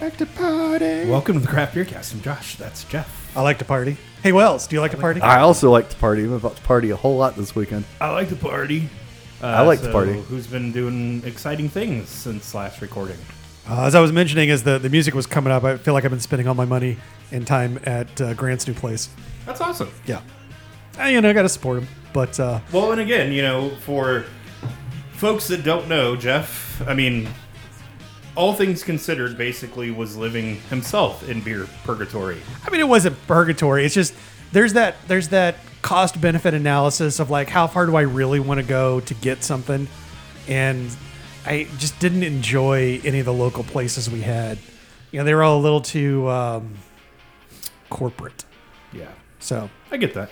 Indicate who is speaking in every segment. Speaker 1: like to party.
Speaker 2: Welcome to the Craft Beer Cast. I'm Josh. That's Jeff.
Speaker 3: I like to party. Hey, Wells, do you like to party?
Speaker 1: I also like to party. I'm about to party a whole lot this weekend.
Speaker 2: I like to party. Uh,
Speaker 1: I like to party.
Speaker 2: Who's been doing exciting things since last recording?
Speaker 3: Uh, as I was mentioning, as the, the music was coming up, I feel like I've been spending all my money and time at uh, Grant's new place.
Speaker 2: That's awesome.
Speaker 3: Yeah. And, you know, I got to support him. But uh,
Speaker 2: Well, and again, you know, for folks that don't know, Jeff, I mean, all things considered, basically was living himself in beer purgatory.
Speaker 3: I mean, it wasn't purgatory. It's just there's that there's that cost benefit analysis of like how far do I really want to go to get something, and I just didn't enjoy any of the local places we had. You know, they were all a little too um, corporate.
Speaker 2: Yeah.
Speaker 3: So
Speaker 2: I get that.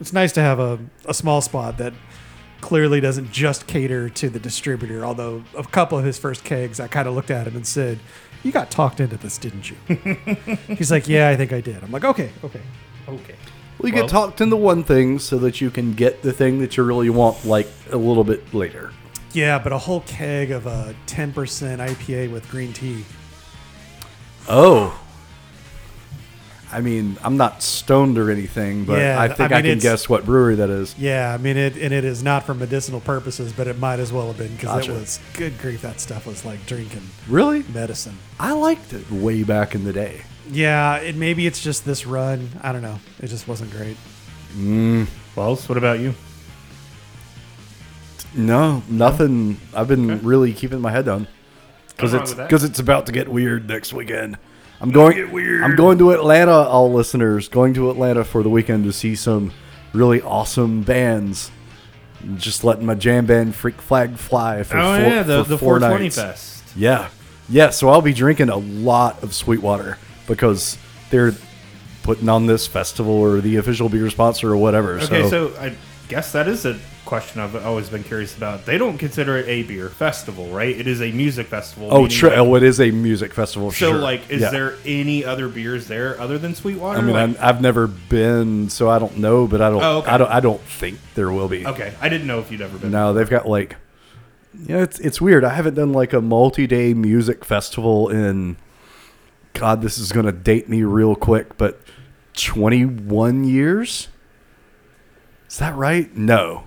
Speaker 3: it's nice to have a, a small spot that clearly doesn't just cater to the distributor. Although a couple of his first kegs, I kind of looked at him and said, "You got talked into this, didn't you?" He's like, "Yeah, I think I did." I'm like, "Okay, okay."
Speaker 2: Okay.
Speaker 1: Well, you
Speaker 2: Well-
Speaker 1: get talked into one thing so that you can get the thing that you really want, like a little bit later.
Speaker 3: Yeah, but a whole keg of a 10% IPA with green tea.
Speaker 1: Oh. I mean, I'm not stoned or anything, but
Speaker 3: Yeah,
Speaker 1: I
Speaker 3: th-
Speaker 1: think I,
Speaker 3: I mean,
Speaker 1: can
Speaker 3: it's-
Speaker 1: guess what brewery that is.
Speaker 3: Yeah, I mean it, and it is not for medicinal purposes, but it might as well have been because
Speaker 1: Gotcha.
Speaker 3: it was good grief. That stuff was like drinking
Speaker 1: Really?
Speaker 3: medicine.
Speaker 1: I liked it way back in the day.
Speaker 3: Yeah, it maybe it's just this run. I don't know. It just wasn't great.
Speaker 2: Wells, what about you?
Speaker 1: No, nothing. I've been really keeping my head down because
Speaker 2: Nothing wrong
Speaker 1: it's
Speaker 2: with that.
Speaker 1: because it's about to get weird next weekend. I'm going.
Speaker 2: get weird.
Speaker 1: I'm going to Atlanta. All listeners going to Atlanta for the weekend to see some really awesome bands. Just letting my jam band Freak Flag fly for
Speaker 2: oh,
Speaker 1: four,
Speaker 2: yeah, the,
Speaker 1: for
Speaker 2: the
Speaker 1: four
Speaker 2: 420
Speaker 1: nights.
Speaker 2: Fest.
Speaker 1: Yeah, yeah. So I'll be drinking a lot of sweet water because they're putting on this festival or the official beer sponsor or whatever.
Speaker 2: Okay, so, I guess that is a question I've always been curious about. They don't consider it a beer festival, right? It is a music festival.
Speaker 1: oh,
Speaker 2: meaning
Speaker 1: sure.
Speaker 2: like-
Speaker 1: Oh, it is a music festival.
Speaker 2: so,
Speaker 1: sure.
Speaker 2: like, is
Speaker 1: Yeah.
Speaker 2: there any other beers there other than Sweetwater?
Speaker 1: I mean,
Speaker 2: Like-
Speaker 1: I'm, I've never been, so I don't know, but I don't,
Speaker 2: Oh, okay.
Speaker 1: I don't, I don't think there will be.
Speaker 2: okay, I didn't know if you'd ever been.
Speaker 1: No, they've got like, you know, it's it's weird. I haven't done like a multi-day music festival in, God, this is gonna date me real quick, but twenty-one years. Is that right? No,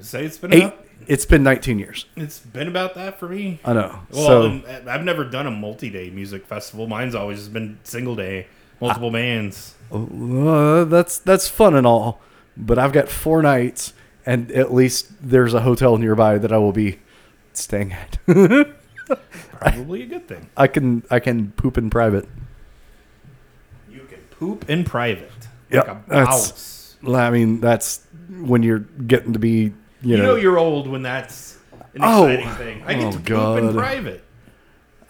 Speaker 2: Say it's been
Speaker 1: eight.
Speaker 2: about,
Speaker 1: It's been nineteen years.
Speaker 2: it's been about that for me.
Speaker 1: I know.
Speaker 2: Well,
Speaker 1: Uh, so
Speaker 2: and I've never done a multi-day music festival. Mine's always just been single day,
Speaker 1: Ah.
Speaker 2: multiple bands.
Speaker 1: Uh, that's that's fun and all, but I've got four nights, and at least there's a hotel nearby that I will be staying at.
Speaker 2: Probably a good thing.
Speaker 1: I can I can poop in private.
Speaker 2: You can poop in private,
Speaker 1: Yeah,
Speaker 2: like a
Speaker 1: that's-
Speaker 2: mouse.
Speaker 1: Well, I mean, that's when you're getting to be you,
Speaker 2: You,
Speaker 1: know.
Speaker 2: know, you're old when that's an
Speaker 1: Oh.
Speaker 2: exciting thing. I get
Speaker 1: Oh,
Speaker 2: to poop in
Speaker 1: God.
Speaker 2: private.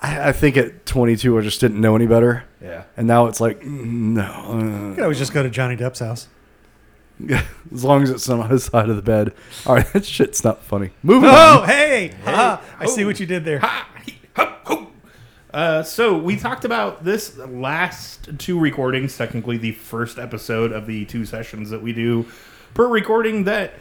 Speaker 1: I, I think at 22 I just didn't know any better,
Speaker 2: Yeah.
Speaker 1: and now it's like mm, no.
Speaker 3: You could always just go to Johnny Depp's house.
Speaker 1: uh, as long as it's on his side of the bed. All right, that shit's not funny. Moving
Speaker 3: Oh,
Speaker 1: on.
Speaker 3: hey! Ha, I see
Speaker 2: Oh.
Speaker 3: what you did there.
Speaker 2: Uh, so we talked about this last two recordings, technically the first episode of the two sessions that we do per recording that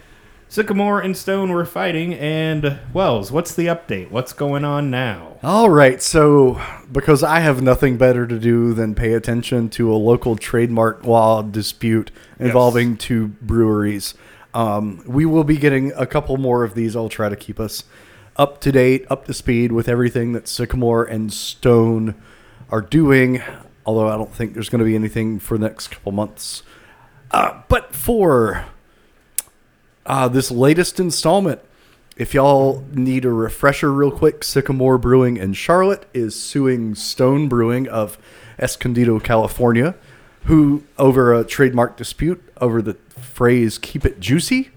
Speaker 2: Sycamore and Stone were fighting. And Wells, what's the update? What's going on now?
Speaker 1: All right, so because I have nothing better to do than pay attention to a local trademark law dispute involving two breweries, um, we will be getting a couple more of these. I'll try to keep us up to date, up to speed with everything that Sycamore and Stone are doing. Although I don't think there's going to be anything for the next couple months. Uh, but for uh, this latest installment. If y'all need a refresher, real quick, Sycamore Brewing in Charlotte is suing Stone Brewing of Escondido, California, who over a trademark dispute over the phrase "keep it juicy."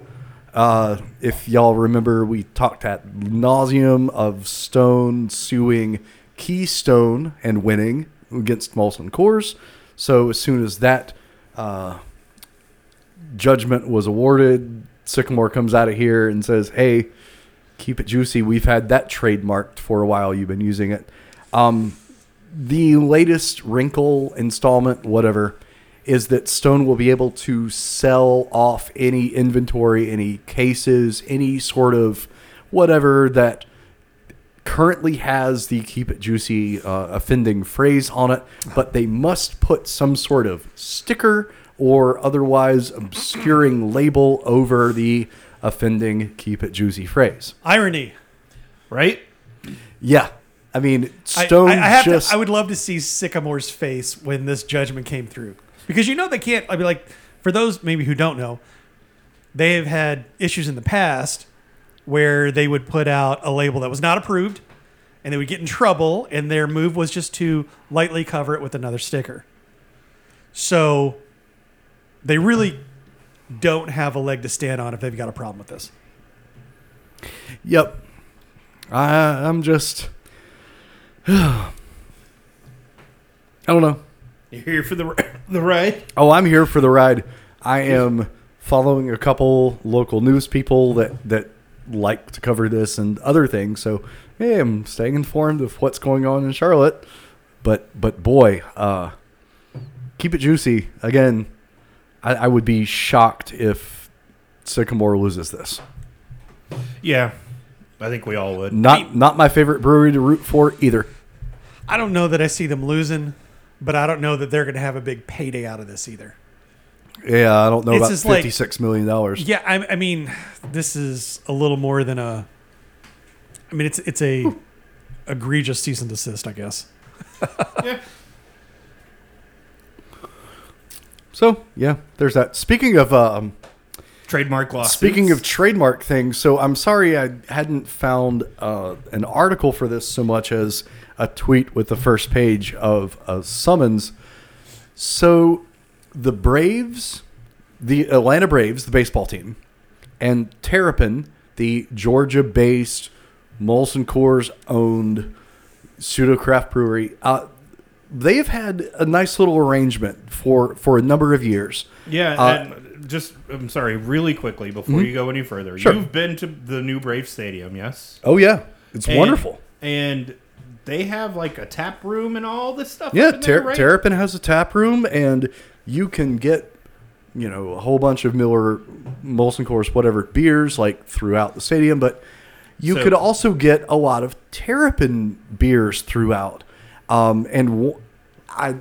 Speaker 1: Uh, if y'all remember, we talked at nauseum of Stone suing Keystone and winning against Molson Coors. So as soon as that uh, judgment was awarded. Sycamore comes out of here and says, "Hey, keep it juicy. We've had that trademarked for a while. You've been using it." Um, the latest wrinkle installment, whatever, is that Stone will be able to sell off any inventory, any cases, any sort of whatever that currently has the keep it juicy uh, offending phrase on it, but they must put some sort of sticker or otherwise obscuring label over the offending keep it juicy phrase.
Speaker 3: Irony.
Speaker 2: right?
Speaker 1: Yeah. I mean,
Speaker 3: I-
Speaker 1: Stone
Speaker 3: I, I have
Speaker 1: just.
Speaker 3: to, I would love to see Sycamore's face when this judgment came through because you know they can't. I mean, like for those maybe who don't know, they have had issues in the past where they would put out a label that was not approved, and they would get in trouble, and their move was just to lightly cover it with another sticker. So they really don't have a leg to stand on if they've got a problem with this.
Speaker 1: Yep. I, I'm just. I don't know.
Speaker 2: You're here for the ri- the ride.
Speaker 1: Oh, I'm here for the ride. I am following a couple local news people that that like to cover this and other things. So, hey, I'm staying informed of what's going on in Charlotte. But but boy, uh, keep it juicy. Again, I, I would be shocked if Sycamore loses this.
Speaker 2: Yeah, I think we all would.
Speaker 1: Not not my favorite brewery to root for either.
Speaker 3: I don't know that I see them losing, but I don't know that they're going to have a big payday out of this either.
Speaker 1: Yeah, I don't know
Speaker 3: It's
Speaker 1: about
Speaker 3: just like-
Speaker 1: fifty-six million dollars.
Speaker 3: Yeah, I, I mean, this is a little more than a. I mean, it's it's a egregious cease and desist, I guess.
Speaker 2: Yeah.
Speaker 1: So yeah, there's that. Speaking of um,
Speaker 2: Trademark law.
Speaker 1: speaking of trademark things, so I'm sorry I hadn't found uh, an article for this so much as a tweet with the first page of a summons. So the Braves, the Atlanta Braves, the baseball team, and Terrapin, the Georgia-based Molson Coors owned pseudo craft brewery. Uh, they have had a nice little arrangement for, for a number of years.
Speaker 2: yeah,
Speaker 1: uh, Mm-hmm.
Speaker 2: and just I'm sorry, really quickly before you go any further.
Speaker 1: Sure.
Speaker 2: You've been to the new Brave Stadium, yes?
Speaker 1: Oh yeah, it's
Speaker 2: And-
Speaker 1: wonderful.
Speaker 2: And they have like a tap room and all this stuff.
Speaker 1: Yeah,
Speaker 2: up in there,
Speaker 1: Ter-
Speaker 2: right?
Speaker 1: Terrapin has a tap room, and you can get you know a whole bunch of Miller, Molson Coors, whatever beers like throughout the stadium. But you
Speaker 2: So-
Speaker 1: could also get a lot of Terrapin beers throughout. Um, and w- I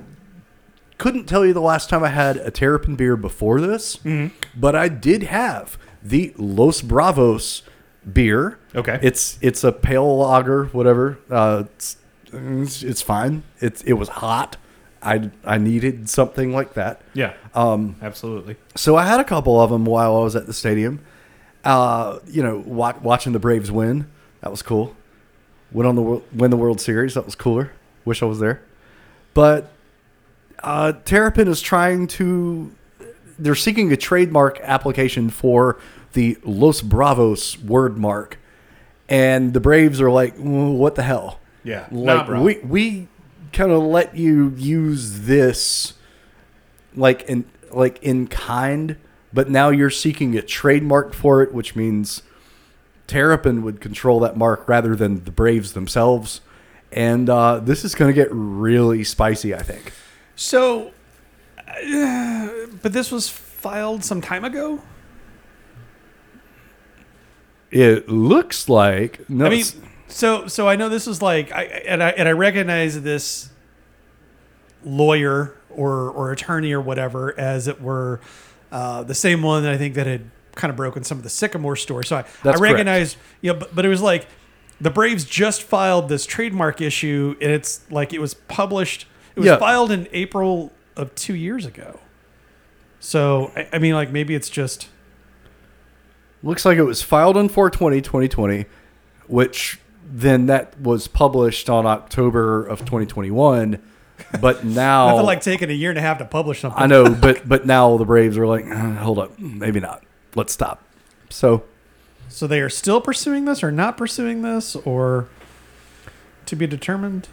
Speaker 1: couldn't tell you the last time I had a Terrapin beer before this,
Speaker 2: Mm-hmm.
Speaker 1: but I did have the Los Bravos beer.
Speaker 2: Okay.
Speaker 1: It's it's a pale lager, whatever. Uh, it's, it's it's fine. It's it was hot. I I needed something like that.
Speaker 2: Yeah. Um absolutely.
Speaker 1: So I had a couple of them while I was at the stadium. Uh, you know, wa- watching the Braves win, that was cool. Went on the wor- win the World Series, that was cooler. Wish I was there. But uh, Terrapin is trying to. They're seeking a trademark application for the Los Bravos word mark, and the Braves are like, "Mm, "What the hell?
Speaker 2: Yeah, nah,
Speaker 1: like
Speaker 2: bro.
Speaker 1: we we kind of let you use this, like in like in kind, but now you're seeking a trademark for it, which means Terrapin would control that mark rather than the Braves themselves." And uh, this is going to get really spicy, I think.
Speaker 3: So, uh, but this was filed some time ago.
Speaker 1: It looks like no.
Speaker 3: I mean,
Speaker 1: it's-
Speaker 3: so so I know this is like, I, and I and I recognize this lawyer or or attorney or whatever, as it were, uh, the same one that I think that had kind of broken some of the Sycamore store. So I, I
Speaker 1: That's correct.
Speaker 3: recognized, yeah, but, but it was like the Braves just filed this trademark issue, and it's like it was published, it was
Speaker 1: Yeah.
Speaker 3: filed in April of two years ago. So I, I mean, like maybe it's just
Speaker 1: looks like it was filed on 420 2020, which then that was published on October of 2021. But now,
Speaker 3: nothing like taking a year and a half to publish something.
Speaker 1: I know, but but now the Braves are like, "Uh, hold up, maybe not. Let's stop. So
Speaker 3: So they are still pursuing this or not pursuing this or to be determined?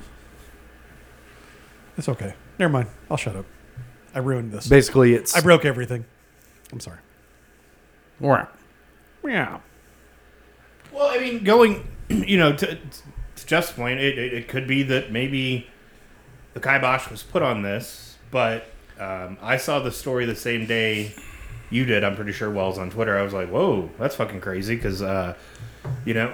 Speaker 3: It's okay. Never mind. I'll shut up. I ruined this.
Speaker 1: basically, it's
Speaker 3: I broke everything. I'm sorry. Yeah.
Speaker 2: Well, I mean, going, you know, to, to Jeff's point, it, it, it could be that maybe the kibosh was put on this, but um, I saw the story the same day you did. I'm pretty sure Wells on Twitter. I was like, whoa, that's fucking crazy because, uh, you know,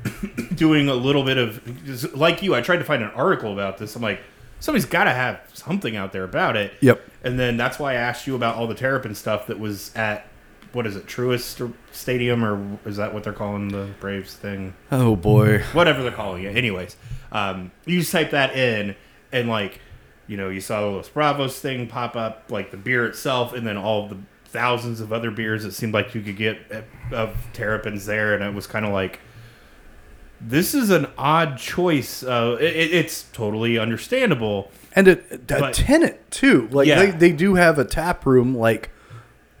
Speaker 2: doing a little bit of just like you. I tried to find an article about this. I'm like, somebody's got to have something out there about it.
Speaker 1: Yep.
Speaker 2: And then that's why I asked you about all the terrapin stuff that was at what is it, Truist or- Stadium, or is that what they're calling the Braves thing?
Speaker 1: Oh boy.
Speaker 2: whatever they're calling it. Anyways, um, you just type that in, and like, you know, you saw the Los Bravos thing pop up, like the beer itself, and then all the thousands of other beers it seemed like you could get at- of Terrapins there, and it was kind of like, this is an odd choice. Uh, it, it- it's totally understandable.
Speaker 1: And a, a
Speaker 2: But-
Speaker 1: tenant too. Like
Speaker 2: Yeah.
Speaker 1: they, they do have a tap room like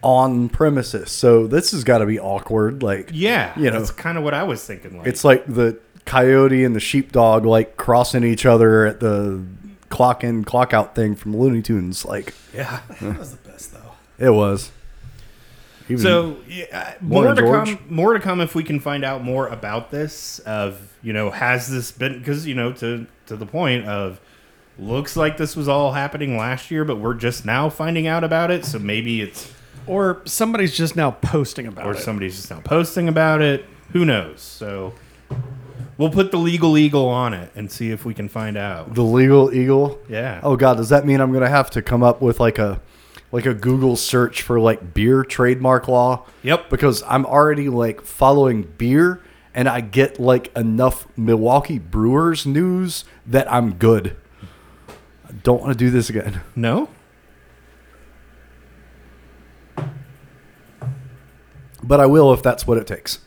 Speaker 1: on premises. So this has got to be awkward. Like
Speaker 2: Yeah,
Speaker 1: You know.
Speaker 2: that's kind of what I was thinking. Like,
Speaker 1: it's like the coyote and the sheepdog like crossing each other at the clock in clock out thing from Looney Tunes. Like
Speaker 2: yeah.
Speaker 4: That was the best though.
Speaker 1: it was. Even-
Speaker 2: So yeah, uh,
Speaker 1: Warren
Speaker 2: more to
Speaker 1: Hmm. George?
Speaker 2: come. More to come if we can find out more about this. Of you know, has this been because you know to to the point of looks like this was all happening last year, but we're just now finding out about it. So maybe it's
Speaker 3: Or somebody's just now posting about
Speaker 2: or
Speaker 3: it.
Speaker 2: somebody's just now posting about it. Who knows? So we'll put the legal eagle on it and see if we can find out.
Speaker 1: the legal eagle.
Speaker 2: Yeah.
Speaker 1: Oh god, does that mean I'm gonna have to come up with like a like a Google search for like beer trademark law?
Speaker 2: Yep.
Speaker 1: Because I'm already like following beer and I get like enough Milwaukee Brewers news that I'm good. I don't want to do this again.
Speaker 2: No.
Speaker 1: But I will if that's what it takes.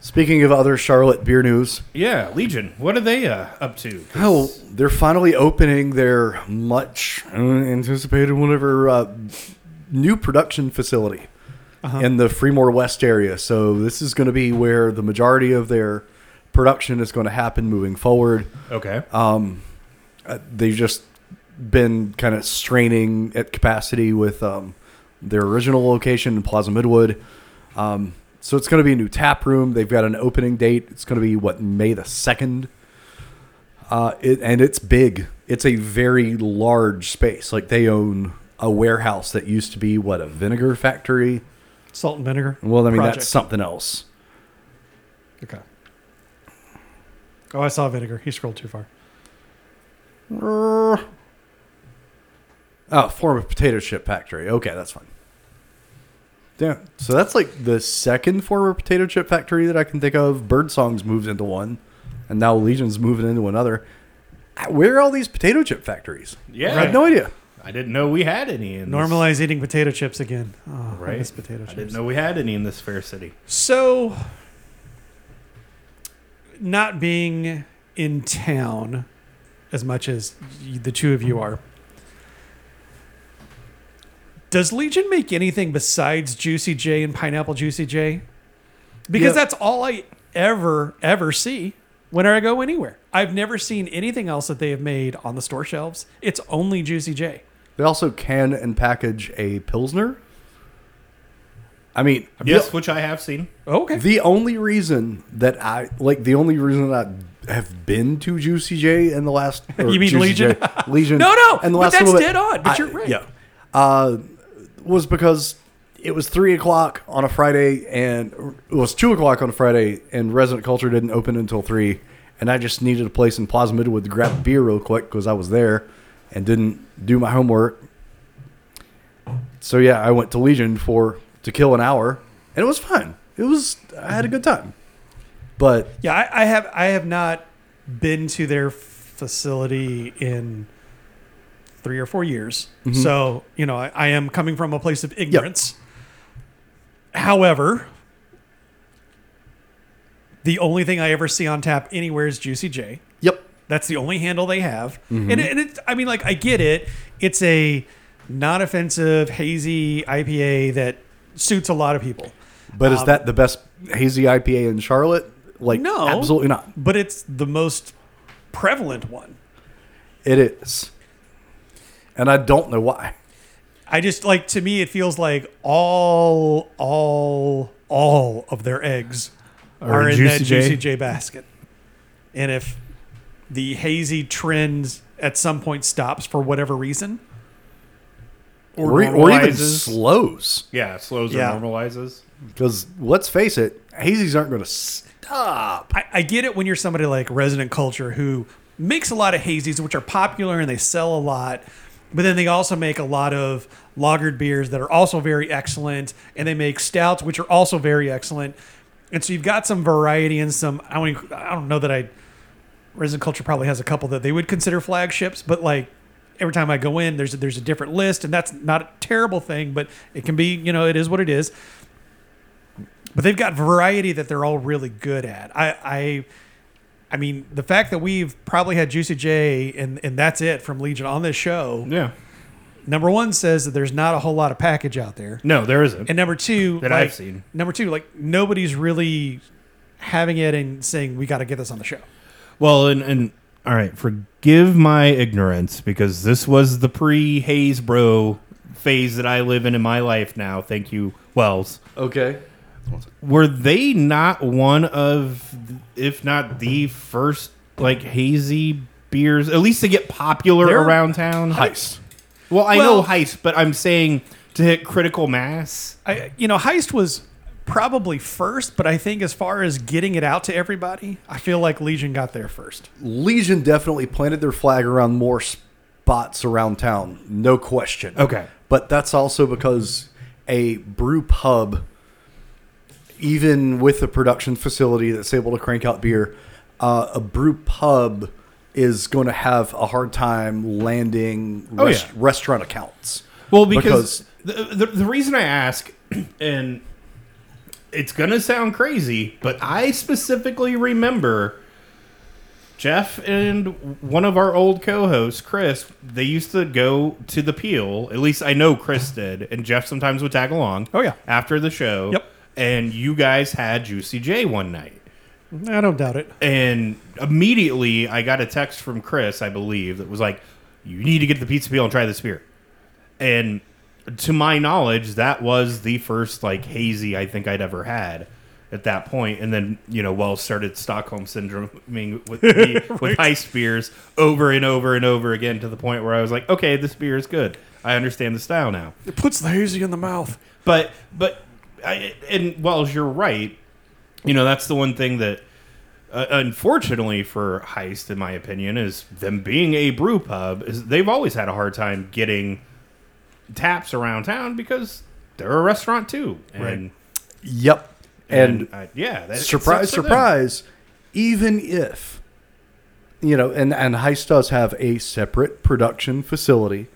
Speaker 1: Speaking of other Charlotte beer news,
Speaker 2: Yeah, Legion. What are they uh, up to? 'Cause-
Speaker 1: Oh, they're finally opening their much anticipated whatever uh, new production facility in the Fremore West area. So this is going to be where the majority of their production is going to happen moving forward.
Speaker 2: Okay.
Speaker 1: Uh, they've just been kind of straining at capacity with um, their original location in Plaza Midwood. Um, so it's going to be a new tap room. They've got an opening date. It's going to be what May the second. Uh, it, and it's big. It's a very large space. Like they own a warehouse that used to be what a vinegar factory.
Speaker 3: Salt and vinegar.
Speaker 1: Well, I mean
Speaker 3: Project.
Speaker 1: that's something else.
Speaker 3: Okay. Oh, I saw vinegar. He scrolled too far.
Speaker 1: Oh, form of potato chip factory. Okay, that's fine. Yeah, so that's like the second former potato chip factory that I can think of. Birdsong's moved into one, and now Legion's moving into another. Ah, Where are all these potato chip factories?
Speaker 2: Yeah.
Speaker 1: I have no idea.
Speaker 2: I didn't know we had any. In this-
Speaker 3: Normalize eating potato chips again. Oh, I
Speaker 2: Right.
Speaker 3: miss potato chips.
Speaker 2: I didn't know we had any in this fair city.
Speaker 3: So, not being in town as much as y- the two of you are, does Legion make anything besides Juicy J and Pineapple Juicy J? Because
Speaker 1: Yeah.
Speaker 3: that's all I ever, ever see whenever I go anywhere. I've never seen anything else that they have made on the store shelves. It's only Juicy J.
Speaker 1: They also can and package a pilsner. I mean,
Speaker 2: Yes, which I have seen.
Speaker 3: Okay.
Speaker 1: The only reason that I like the only reason I have been to Juicy J in the last or
Speaker 3: You mean
Speaker 1: Juicy
Speaker 3: Legion?
Speaker 1: J- Legion
Speaker 3: No, no,
Speaker 1: and the
Speaker 3: but
Speaker 1: last
Speaker 3: that's
Speaker 1: little bit,
Speaker 3: dead on, but
Speaker 1: I-
Speaker 3: you're right.
Speaker 1: Yeah, uh, was because it was three o'clock on a Friday and it was two o'clock on a Friday and Resident Culture didn't open until three, and I just needed a place in Plaza Midwood to grab a beer real quick because I was there and didn't do my homework. So yeah, I went to Legion for to kill an hour, and it was fun. It was I had a good time. But
Speaker 3: Yeah, I, I have. I have not been to their facility in three or four years.
Speaker 1: Mm-hmm.
Speaker 3: So you know, I, I am coming from a place of ignorance. However, the only thing I ever see on tap anywhere is Juicy J.
Speaker 1: yep,
Speaker 3: That's the only handle they have.
Speaker 1: Mm-hmm.
Speaker 3: And, it, and it, I mean, like, I get it. It's a non offensive, hazy IPA that suits a lot of people.
Speaker 1: but is
Speaker 3: Um,
Speaker 1: that the best hazy IPA in Charlotte? Like
Speaker 3: No.
Speaker 1: absolutely not.
Speaker 3: But it's the most prevalent one.
Speaker 1: It is, and I don't know why.
Speaker 3: I just like to me it feels like all all all of their eggs are,
Speaker 2: Are
Speaker 3: in
Speaker 2: Juicy
Speaker 3: that
Speaker 2: J?
Speaker 3: juicy J basket. And if the hazy trend at some point stops for whatever reason,
Speaker 2: Or,
Speaker 1: or, e- or even
Speaker 2: normalizes.
Speaker 1: slows.
Speaker 2: yeah, slows
Speaker 3: Yeah.
Speaker 2: or normalizes.
Speaker 1: Because let's face it, hazies aren't going to stop.
Speaker 3: I, I get it when you're somebody like Resident Culture who makes a lot of hazies, which are popular and they sell a lot, but then they also make a lot of lagered beers that are also very excellent, and they make stouts which are also very excellent. And so you've got some variety and some. I don't. I don't know that I. Resident Culture probably has a couple that they would consider flagships, but like every time I go in, there's a, there's a different list, and that's not a terrible thing, but it can be. You know, it is what it is but they've got variety that they're all really good at. I, I, I mean, the fact that we've probably had Juicy J and and that's it from Legion on this show.
Speaker 2: Yeah.
Speaker 3: Number one says that there's not a whole lot of package out there,
Speaker 2: No, there isn't.
Speaker 3: and number two
Speaker 2: That
Speaker 3: like-
Speaker 2: I've seen.
Speaker 3: Number two, like nobody's really having it and saying we got to get this on the show.
Speaker 2: Well, and, and all right, forgive my ignorance because this was the pre Haze Bro phase that I live in in my life now. Thank you, Wells.
Speaker 1: Okay.
Speaker 2: Were they not one of, if not the first, like hazy beers, at least to get popular
Speaker 3: They're-
Speaker 2: around town?
Speaker 1: Heist.
Speaker 2: Well, I know
Speaker 3: Well-
Speaker 2: heist, but I'm saying to hit critical mass.
Speaker 3: I, you know, Heist was probably first, but I think as far as getting it out to everybody, I feel like Legion got there first.
Speaker 1: Legion definitely planted their flag around more spots around town, no question.
Speaker 2: Okay.
Speaker 1: But that's also because a brew pub, even with a production facility that's able to crank out beer, uh, a brew pub is going to have a hard time landing
Speaker 2: Oh,
Speaker 1: res-
Speaker 2: yeah.
Speaker 1: restaurant accounts.
Speaker 2: Well, because, the, the, the reason I ask, and it's going to sound crazy, but I specifically remember Jeff and one of our old co hosts, Chris, they used to go to the Peel. At least I know Chris did. And Jeff sometimes would tag along.
Speaker 3: Oh, yeah.
Speaker 2: After the show.
Speaker 3: Yep.
Speaker 2: And you guys had Juicy J one night.
Speaker 3: I don't doubt it.
Speaker 2: And immediately I got a text from Chris, I believe, that was like, You need to get to the pizza peel and try this beer. And to my knowledge, that was the first like hazy I think I'd ever had at that point. And then, you know, Wells started Stockholm syndrome with the, with heist beers over and over and over again to the point where I was like, Okay, this beer is good. I understand the style now.
Speaker 3: It puts the hazy in the mouth.
Speaker 2: But but I, and Wells, you're right. You know that's the one thing that, uh, unfortunately for Heist, in my opinion, is them being a brew pub. Is they've always had a hard time getting taps around town because they're a restaurant too. And,
Speaker 3: Right.
Speaker 1: Yep. And,
Speaker 2: I- yeah, that, uh, it
Speaker 1: surprise,
Speaker 2: sucks for them.
Speaker 1: surprise, even if, you know, and, and Heist does have a separate production facility.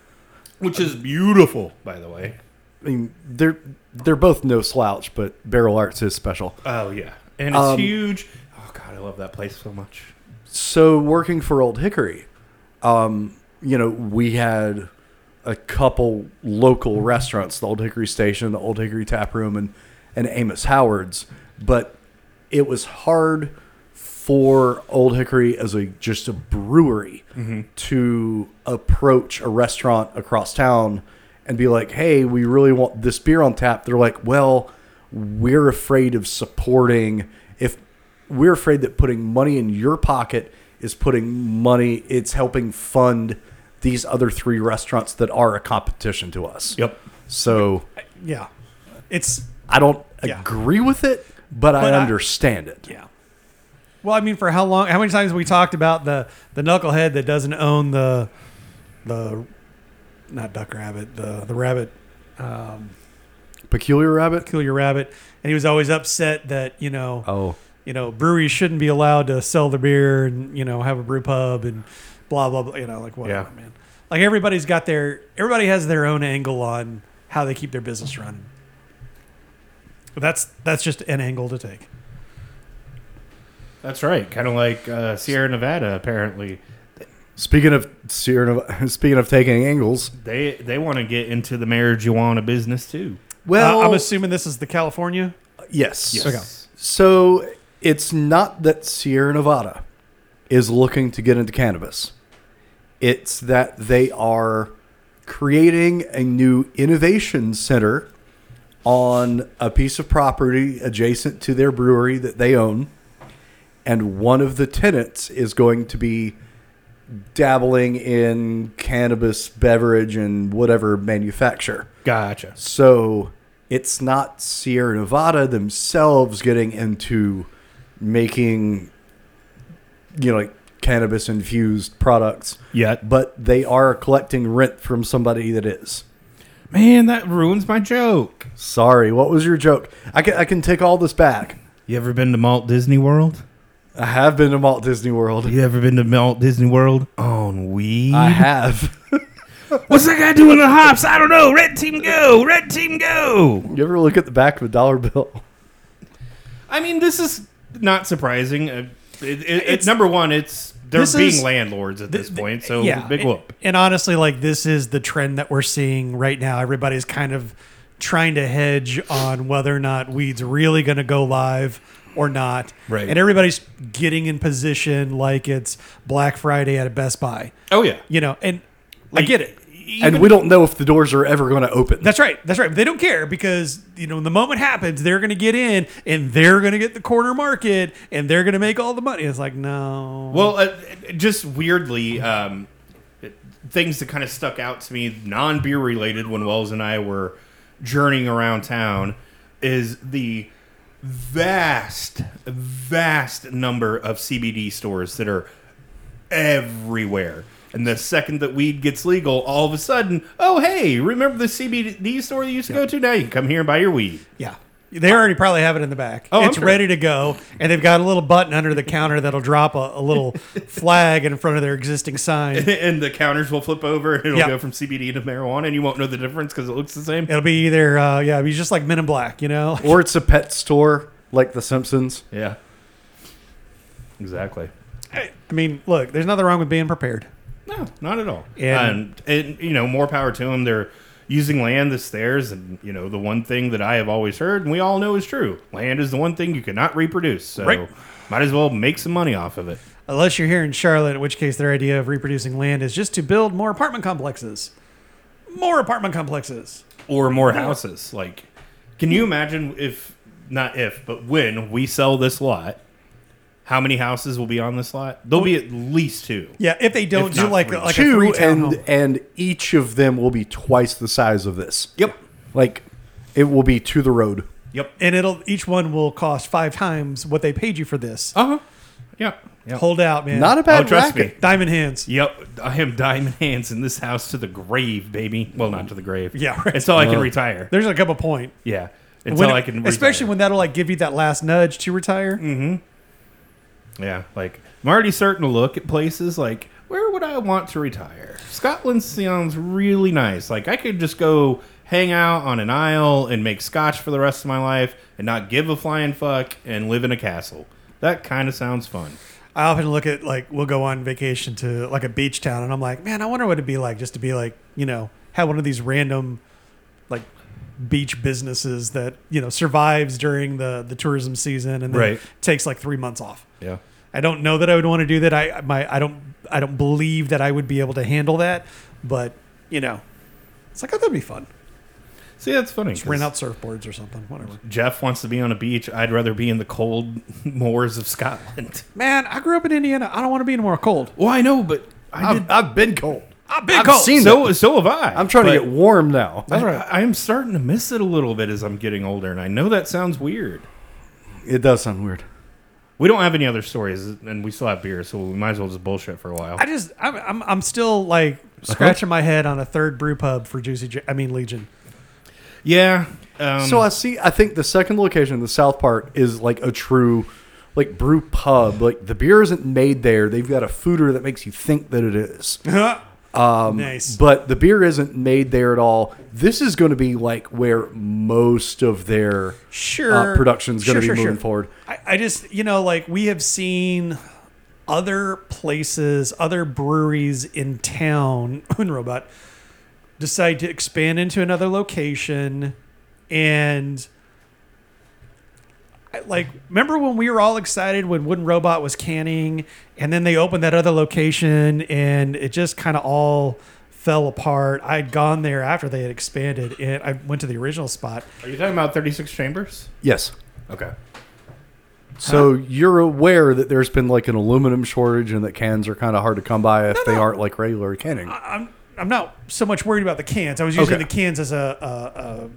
Speaker 2: which is beautiful, by the way.
Speaker 1: I mean, they're they're both no slouch, but Barrel Arts is special.
Speaker 2: Oh yeah, and it's
Speaker 1: Um,
Speaker 2: huge. Oh god, I love that place so much.
Speaker 1: So working for Old Hickory, um, you know, we had a couple local restaurants: the Old Hickory Station, the Old Hickory Tap Room, and and Amos Howard's. But it was hard for Old Hickory as a just a brewery to approach a restaurant across town and be like, "Hey, we really want this beer on tap." They're like, "Well, we're afraid of supporting if we're afraid that putting money in your pocket is putting money it's helping fund these other three restaurants that are a competition to us.
Speaker 2: Yep.
Speaker 1: So
Speaker 3: Yeah, it's
Speaker 1: I don't
Speaker 3: Yeah.
Speaker 1: agree with it, but, I
Speaker 3: But I-
Speaker 1: understand it.
Speaker 3: Yeah. Well, I mean, for how long? How many times we talked about the the knucklehead that doesn't own the the not duck rabbit the the rabbit um,
Speaker 1: Peculiar Rabbit.
Speaker 3: peculiar rabbit, and he was always upset that you know
Speaker 1: Oh,
Speaker 3: you know breweries shouldn't be allowed to sell their beer and you know have a brew pub and blah blah blah. You know, like whatever,
Speaker 2: Yeah.
Speaker 3: man. Like everybody's got their everybody has their own angle on how they keep their business running. But that's that's just an angle to take.
Speaker 2: That's right. Kind of like uh, Sierra Nevada. Apparently,
Speaker 1: speaking of Sierra Neva- speaking of taking angles,
Speaker 2: they they want to get into the marijuana business too.
Speaker 1: well,
Speaker 3: Uh, I'm assuming this is the California.
Speaker 1: yes.
Speaker 3: Okay.
Speaker 1: So it's not that Sierra Nevada is looking to get into cannabis. It's that they are creating a new innovation center on a piece of property adjacent to their brewery that they own. And one of the tenants is going to be dabbling in cannabis beverage and whatever manufacture.
Speaker 2: Gotcha.
Speaker 1: So it's not Sierra Nevada themselves getting into making, you know, like cannabis infused products,
Speaker 2: Yet,
Speaker 1: but they are collecting rent from somebody that is.
Speaker 2: man, that ruins my joke.
Speaker 1: Sorry, what was your joke? I can, I can take all this back.
Speaker 2: You ever been to Malt Disney World?
Speaker 1: I have been to Walt Disney World.
Speaker 2: You ever been to Malt Disney World on weed?
Speaker 1: I have.
Speaker 2: What's that guy doing in the hops? I don't know. Red team go. Red team go.
Speaker 1: You ever look at the back of a dollar bill?
Speaker 2: I mean, this is not surprising. Uh, it, it,
Speaker 3: It's-
Speaker 2: it's number one. It's they're
Speaker 3: This
Speaker 2: being
Speaker 3: is-
Speaker 2: landlords at this
Speaker 3: th-
Speaker 2: point, so
Speaker 3: yeah,
Speaker 2: big whoop.
Speaker 3: And, and honestly, like this is the trend that we're seeing right now. Everybody's kind of trying to hedge on whether or not weed's really going to go live or not.
Speaker 2: Right.
Speaker 3: And everybody's getting in position like it's Black Friday at a Best Buy.
Speaker 2: Oh yeah,
Speaker 3: You know, and I
Speaker 2: Like,
Speaker 3: get it.
Speaker 1: and we don't know if the doors are ever going to open.
Speaker 3: That's right. That's right. But they don't care because you know when the moment happens, they're going to get in and they're going to get the corner market and they're going to make all the money. It's like no.
Speaker 2: Well, uh, just weirdly, um, things that kind of stuck out to me, non beer related, when Wells and I were journeying around town, is the vast, vast number of CBD stores that are everywhere. And the second that weed gets legal, all of a sudden, oh hey, remember the CBD store you used to go to? Now you can come here and buy your weed.
Speaker 3: Yeah. They already probably have it in the back.
Speaker 2: Oh, I'm
Speaker 3: it's
Speaker 2: sure.
Speaker 3: ready to go, and they've got a little button under the counter that'll drop a, a little flag in front of their existing sign.
Speaker 2: And the counters will flip over, and it'll
Speaker 3: Yeah.
Speaker 2: go from CBD to marijuana, and you won't know the difference because it looks the same.
Speaker 3: It'll be either uh, yeah, it'll be just like Men in Black, you know.
Speaker 1: Or it's a pet store like The Simpsons.
Speaker 2: Yeah. Exactly.
Speaker 3: I mean, look, there's nothing wrong with being prepared.
Speaker 2: No, not at all.
Speaker 3: And-
Speaker 2: And, and you know, more power to them. They're using land that's theirs, and you know, the one thing that I have always heard, and we all know is true: land is the one thing you cannot reproduce. So,
Speaker 3: Right.
Speaker 2: might as well make some money off of it.
Speaker 3: Unless you're here in Charlotte, in which case their idea of reproducing land is just to build more apartment complexes. More apartment complexes.
Speaker 2: or more houses. Like, can you imagine if not if, but when we sell this lot, how many houses will be on this lot? There'll be at least two.
Speaker 3: Yeah, if they don't
Speaker 2: If
Speaker 3: do
Speaker 2: not
Speaker 3: like
Speaker 2: three.
Speaker 3: a, like a
Speaker 1: Two
Speaker 3: three town
Speaker 1: and and each of them will be twice the size of this.
Speaker 2: Yep.
Speaker 1: Like it will be to the road.
Speaker 2: Yep.
Speaker 3: and it'll each one will cost five times what they paid you for this.
Speaker 2: Uh huh. Yep. Yep.
Speaker 3: Hold out, man.
Speaker 1: Not a bad
Speaker 2: Oh, trust
Speaker 1: racket.
Speaker 2: me.
Speaker 3: diamond hands.
Speaker 2: Yep, I am diamond hands in this house to the grave, baby. Well, not to the grave.
Speaker 3: Yeah, right.
Speaker 2: Until I can retire.
Speaker 3: There's like up a point.
Speaker 2: Yeah. Until
Speaker 3: When-
Speaker 2: I can retire. Mm.
Speaker 3: especially when that'll like give you that last nudge to retire.
Speaker 2: Yeah, like I'm already starting to look at places like where would I want to retire? Scotland sounds really nice. Like I could just go hang out on an isle and make scotch for the rest of my life and not give a flying fuck and live in a castle. That kind of sounds fun.
Speaker 3: I often look at like we'll go on vacation to like a beach town, and I'm like, man, I wonder what it'd be like just to be like you know have one of these random like beach businesses that you know survives during the the tourism season and then
Speaker 2: Right.
Speaker 3: takes like three months off.
Speaker 2: Yeah.
Speaker 3: I don't know that I would want to do that. I my I don't I don't believe that I would be able to handle that, but you know, it's like oh that'd be fun.
Speaker 2: See, that's funny.
Speaker 3: Just rent
Speaker 2: 'cause
Speaker 3: out surfboards or something, whatever.
Speaker 2: Jeff wants to be on a beach. I'd rather be in the cold moors of Scotland.
Speaker 3: Man, I grew up in Indiana. I don't want to be anywhere cold.
Speaker 2: Well, I know, but I
Speaker 1: I've,
Speaker 2: did.
Speaker 1: I've been cold.
Speaker 3: I've been
Speaker 1: I've
Speaker 3: cold.
Speaker 1: seen
Speaker 2: so
Speaker 1: it.
Speaker 2: so have I.
Speaker 1: I'm trying to
Speaker 2: But-
Speaker 1: get warm now.
Speaker 2: I- I am starting to miss it a little bit as I'm getting older, and I know that sounds weird.
Speaker 1: It does sound weird.
Speaker 2: We don't have any other stories, and we still have beer, so we might as well just bullshit for a while.
Speaker 3: I just I'm I'm, I'm still like scratching my head on a third brew pub for Juicy. J- I mean Legion.
Speaker 2: yeah. Um,
Speaker 1: so I see. I think the second location, the south part, is like a true, like brew pub. Like the beer isn't made there. They've got a fooder that makes you think that it is.
Speaker 3: um, nice.
Speaker 1: But uh, the beer isn't made there at all. This is going to be like where most of their
Speaker 3: sure.
Speaker 1: uh, production's going to
Speaker 3: Sure, sure,
Speaker 1: be moving
Speaker 3: sure.
Speaker 1: forward.
Speaker 3: I, I just you know like we have seen other places, other breweries in town, Robot, decide to expand into another location, and. I- like remember when we were all excited when wooden robot was canning and then they opened that other location and it just kind of all fell apart i'd gone there after they had expanded and i went to the original spot
Speaker 2: are you talking about 36 Chambers?
Speaker 1: Yes.
Speaker 2: Okay.
Speaker 1: So you're aware that there's been like an aluminum shortage and that cans are kind of hard to come by if they aren't like regular canning.
Speaker 3: I'm I'm not so much worried about the cans. I was using
Speaker 1: Okay.
Speaker 3: the cans as a a,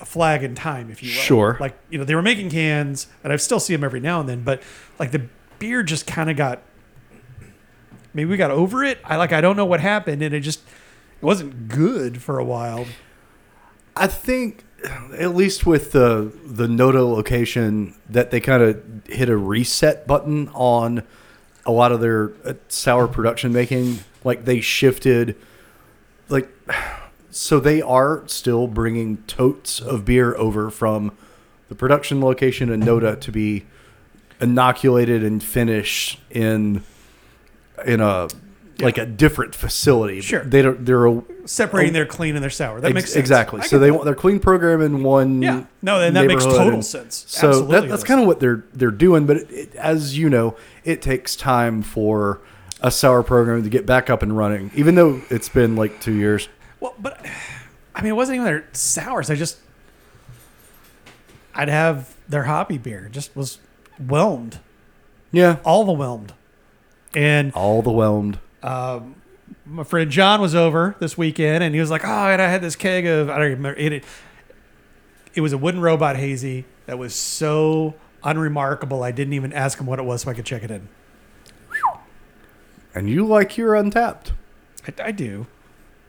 Speaker 3: a a flag in time, if you will.
Speaker 1: Sure.
Speaker 3: Like you know, they were making cans, and I still see them every now and then. But like the beer just kind of got. Maybe we got over it. I like I don't know what happened, and it just it wasn't good for a while.
Speaker 1: I think, at least with the the Noto location, that they kind of hit a reset button on a lot of their uh, sour production making. Like they shifted, like so they are still bringing totes of beer over from the production location in Noda to be inoculated and finished in in a like a different facility.
Speaker 3: Sure.
Speaker 1: they don't. They're a,
Speaker 3: Separating
Speaker 1: Oh.
Speaker 3: their clean and their sour. That
Speaker 1: Ex-
Speaker 3: makes sense.
Speaker 1: exactly.
Speaker 3: I
Speaker 1: So
Speaker 3: get
Speaker 1: they
Speaker 3: that.
Speaker 1: want their clean program in one.
Speaker 3: Yeah. No, then that makes
Speaker 1: neighborhood
Speaker 3: total
Speaker 1: and-
Speaker 3: sense.
Speaker 1: So
Speaker 3: Absolutely
Speaker 1: that, that's
Speaker 3: it
Speaker 1: kind of what they're they're doing. But it, it, as you know, it takes time for a sour program to get back up and running, even though it's been like two years.
Speaker 3: Well, but I mean, it wasn't even their sours. I just, I'd have their hoppy beer. Just was whelmed,
Speaker 1: Yeah,
Speaker 3: all the whelmed. And
Speaker 1: all the whelmed.
Speaker 3: my friend John was over this weekend, and he was like, "Oh, and I had this keg of I don't even remember it. It was a wooden robot hazy that was so unremarkable. I didn't even ask him what it was so I could check it in.
Speaker 1: And you like your untapped.
Speaker 3: I, I do,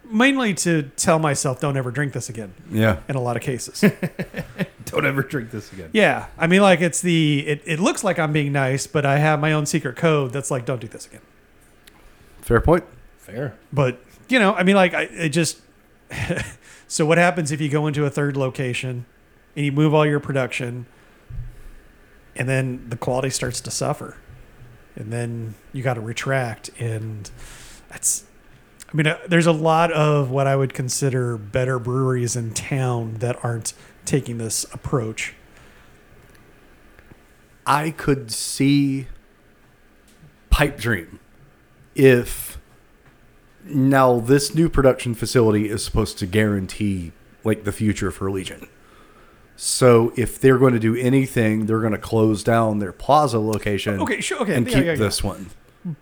Speaker 3: mainly to tell myself don't ever drink this again.
Speaker 1: Yeah,
Speaker 3: In a lot of cases.
Speaker 2: Don't ever drink this again.
Speaker 3: Yeah, I mean, like it's the it, it looks like I'm being nice, but I have my own secret code that's like, don't do this again.
Speaker 1: fair point.
Speaker 2: Fair.
Speaker 3: But you know, I mean, like I it just so what happens if you go into a third location and you move all your production, and then the quality starts to suffer, and then you got to retract, and that's. I mean, uh, there's a lot of what I would consider better breweries in town that aren't taking this approach.
Speaker 1: I could see Pipe Dream if now this new production facility is supposed to guarantee like the future for Legion. So if they're going to do anything, they're going to close down their Plaza location
Speaker 3: Okay, sure. Okay,
Speaker 1: and
Speaker 3: yeah,
Speaker 1: keep
Speaker 3: yeah, yeah.
Speaker 1: this one.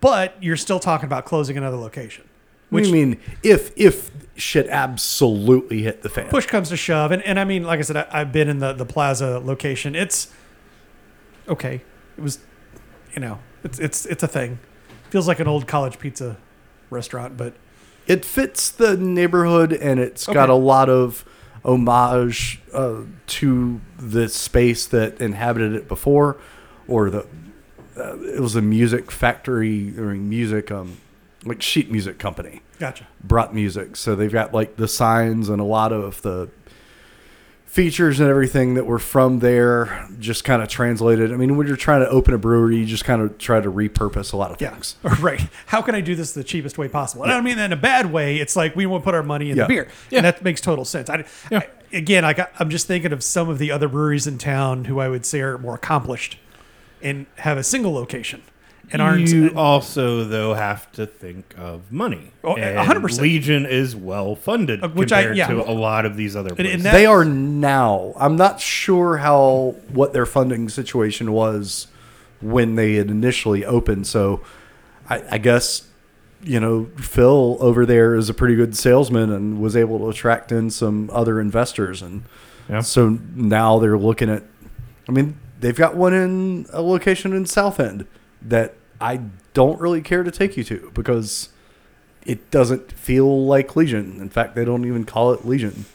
Speaker 3: but you're still talking about closing another location.
Speaker 1: Which I
Speaker 3: Which-
Speaker 1: mean, if if shit absolutely hit the fan,
Speaker 3: Push comes to shove, and, and I mean, like I said, I, I've been in the, the plaza location. It's okay. It was, you know, it's it's it's a thing. Feels like an old college pizza restaurant, but
Speaker 1: it fits the neighborhood and it's got
Speaker 3: Okay.
Speaker 1: a lot of homage uh, to the space that inhabited it before or the uh, it was a music factory or music um like sheet music company
Speaker 3: gotcha.
Speaker 1: brought music so they've got like the signs and a lot of the features and everything that were from there just kind of translated i mean when you're trying to open a brewery you just kind of try to repurpose a lot of things
Speaker 3: Right. How can I do this the cheapest way possible? And I don't mean that in a bad way. It's like we want to put our money in
Speaker 1: Yeah.
Speaker 3: the beer.
Speaker 2: Yeah.
Speaker 3: And that makes total sense. I, I- again, like, I, I'm just thinking of some of the other breweries in town who I would say are more accomplished and have a single location and aren't.
Speaker 2: you also though have to think of money.
Speaker 3: Oh, a
Speaker 2: And
Speaker 3: hundred percent.
Speaker 2: Legion is well funded,
Speaker 3: Uh, which I-
Speaker 2: compared
Speaker 3: yeah.
Speaker 2: to a lot of these other
Speaker 3: and
Speaker 2: places.
Speaker 3: that-
Speaker 1: they are now. I'm not sure how what their funding situation was when they had initially opened. So I, I guess you know Phil over there is a pretty good salesman and was able to attract in some other investors, and
Speaker 2: Yeah.
Speaker 1: so now they're looking at. I mean, they've got one in a location in Southend that I don't really care to take you to because. It doesn't feel like Legion. In fact, they don't even call it Legion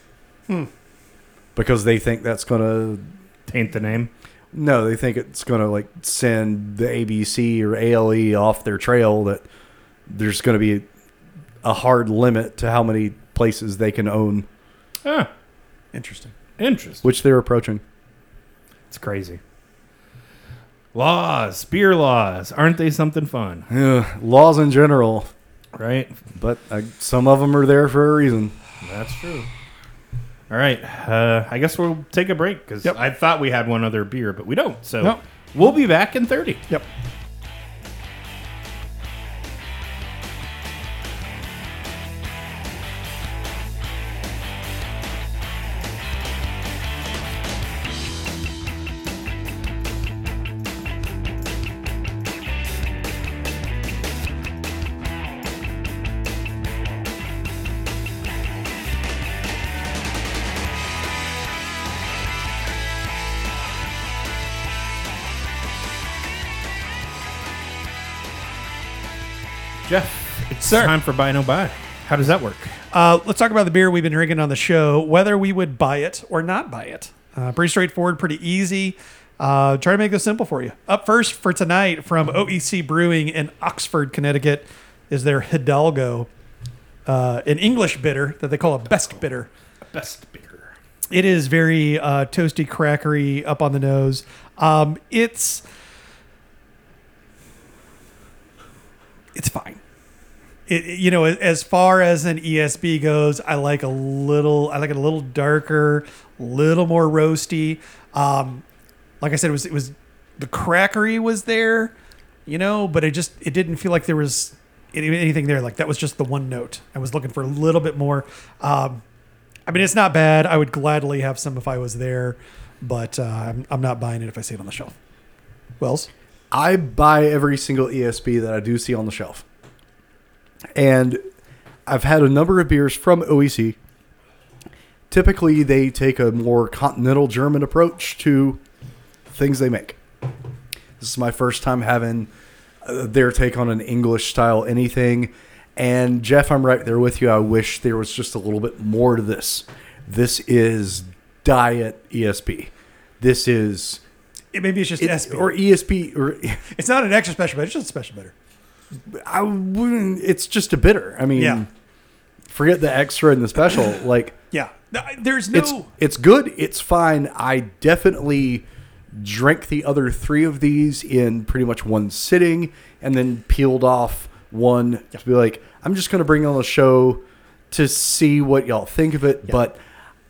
Speaker 1: because they think that's gonna
Speaker 2: Taint the name.
Speaker 1: no they think it's gonna like send the abc or ale off their trail that there's gonna be a hard limit to how many places they can own
Speaker 2: Ah,
Speaker 3: Interesting.
Speaker 2: interesting.
Speaker 1: which they're approaching
Speaker 2: It's crazy. Laws, beer laws, aren't they something fun?
Speaker 1: Yeah, laws in general
Speaker 2: Right?
Speaker 1: but uh, some of them are there for a reason
Speaker 2: That's true. All right. Uh, I guess we'll take a break because
Speaker 3: Yep.
Speaker 2: I thought we had one other beer, but we don't. So
Speaker 3: Nope.
Speaker 2: we'll be back in 30.
Speaker 3: Yep.
Speaker 2: Jeff, it's
Speaker 3: Sir.
Speaker 2: time for buy no buy. How does that work?
Speaker 3: Uh, let's talk about the beer we've been drinking on the show, whether we would buy it or not buy it. Uh, pretty straightforward, pretty easy. Uh, try to make this simple for you. Up first for tonight from OEC Brewing in Oxford, Connecticut, is their Hidalgo, uh, an English bitter that they call a best bitter.
Speaker 2: Best beer.
Speaker 3: It is very uh, toasty, crackery, up on the nose. Um, it's it's fine. It, it- you know, as far as an ESB goes, I like a little. I like it a little darker, little more roasty. Um, like I said, it was it was the crackery was there, you know, but it just it didn't feel like there was any- anything there. Like that was just the one note. I was looking for a little bit more. Um, I mean, it's not bad. I would gladly have some if I was there, but uh, I'm, I'm not buying it if I see it on the shelf. Wells,
Speaker 1: I buy every single ESB that I do see on the shelf. And I've had a number of beers from OEC. Typically, they take a more continental German approach to things they make. This is my first time having uh, their take on an English style anything. And Jeff, I'm right there with you. I wish there was just a little bit more to this. This is diet ESB. This is
Speaker 3: it, maybe it's just
Speaker 1: it-
Speaker 3: an SB.
Speaker 1: or ESP or
Speaker 3: it's not an extra special, but it's just a special better.
Speaker 1: I wouldn't. It's just a bitter. I mean,
Speaker 3: Yeah.
Speaker 1: forget the extra and the special. Like
Speaker 3: Yeah, Th- there's no.
Speaker 1: it's it's good. It's fine. I definitely drank the other three of these in pretty much one sitting, and then peeled off one to be like, I'm just gonna bring on the show to see what y'all think of it. But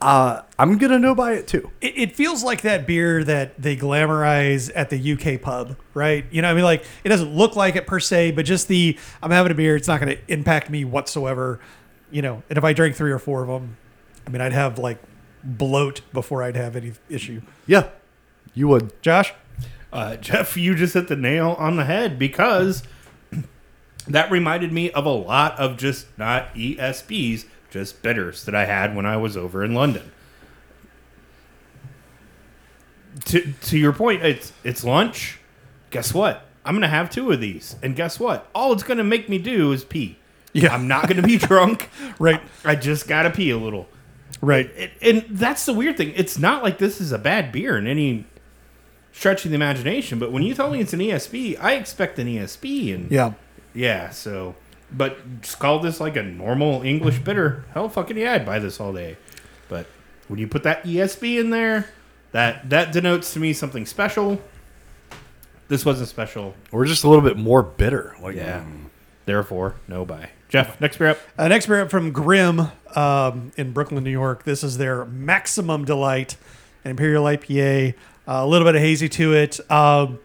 Speaker 1: uh, I'm gonna know by it too.
Speaker 3: it, it feels like that beer that they glamorize at the UK pub, right? You know, what I mean, like it doesn't look like it per se, but just the I'm having a beer. It's not going to impact me whatsoever, you know. And if I drank three or four of them, I mean, I'd have like bloat before I'd have any issue.
Speaker 1: Yeah, you would.
Speaker 3: Josh,
Speaker 2: Uh, Jeff, you just hit the nail on the head because that reminded me of a lot of just not ESBs, just bitters that I had when I was over in London. To to your point, it's it's lunch. Guess what? I'm gonna have two of these, and guess what? All it's gonna make me do is pee.
Speaker 3: Yeah.
Speaker 2: I'm not gonna be drunk.
Speaker 3: Right.
Speaker 2: I just gotta pee a little.
Speaker 3: right?
Speaker 2: It, and that's the weird thing. It's not like this is a bad beer in any stretch of the imagination, but when you tell me it's an ESB, I expect an ESB. And
Speaker 3: Yeah.
Speaker 2: yeah, so. But just call this like a normal English bitter. Hell fucking yeah, I'd buy this all day. But when you put that ESB in there, that that denotes to me something special. This wasn't special.
Speaker 1: Or just a little bit more bitter. Like, mm.
Speaker 2: Therefore, no buy. Jeff, next beer up.
Speaker 3: Uh, next beer up from Grimm um, in Brooklyn, New York. This is their Maximum Delight, an Imperial IPA. Uh, a little bit of hazy to it. Um,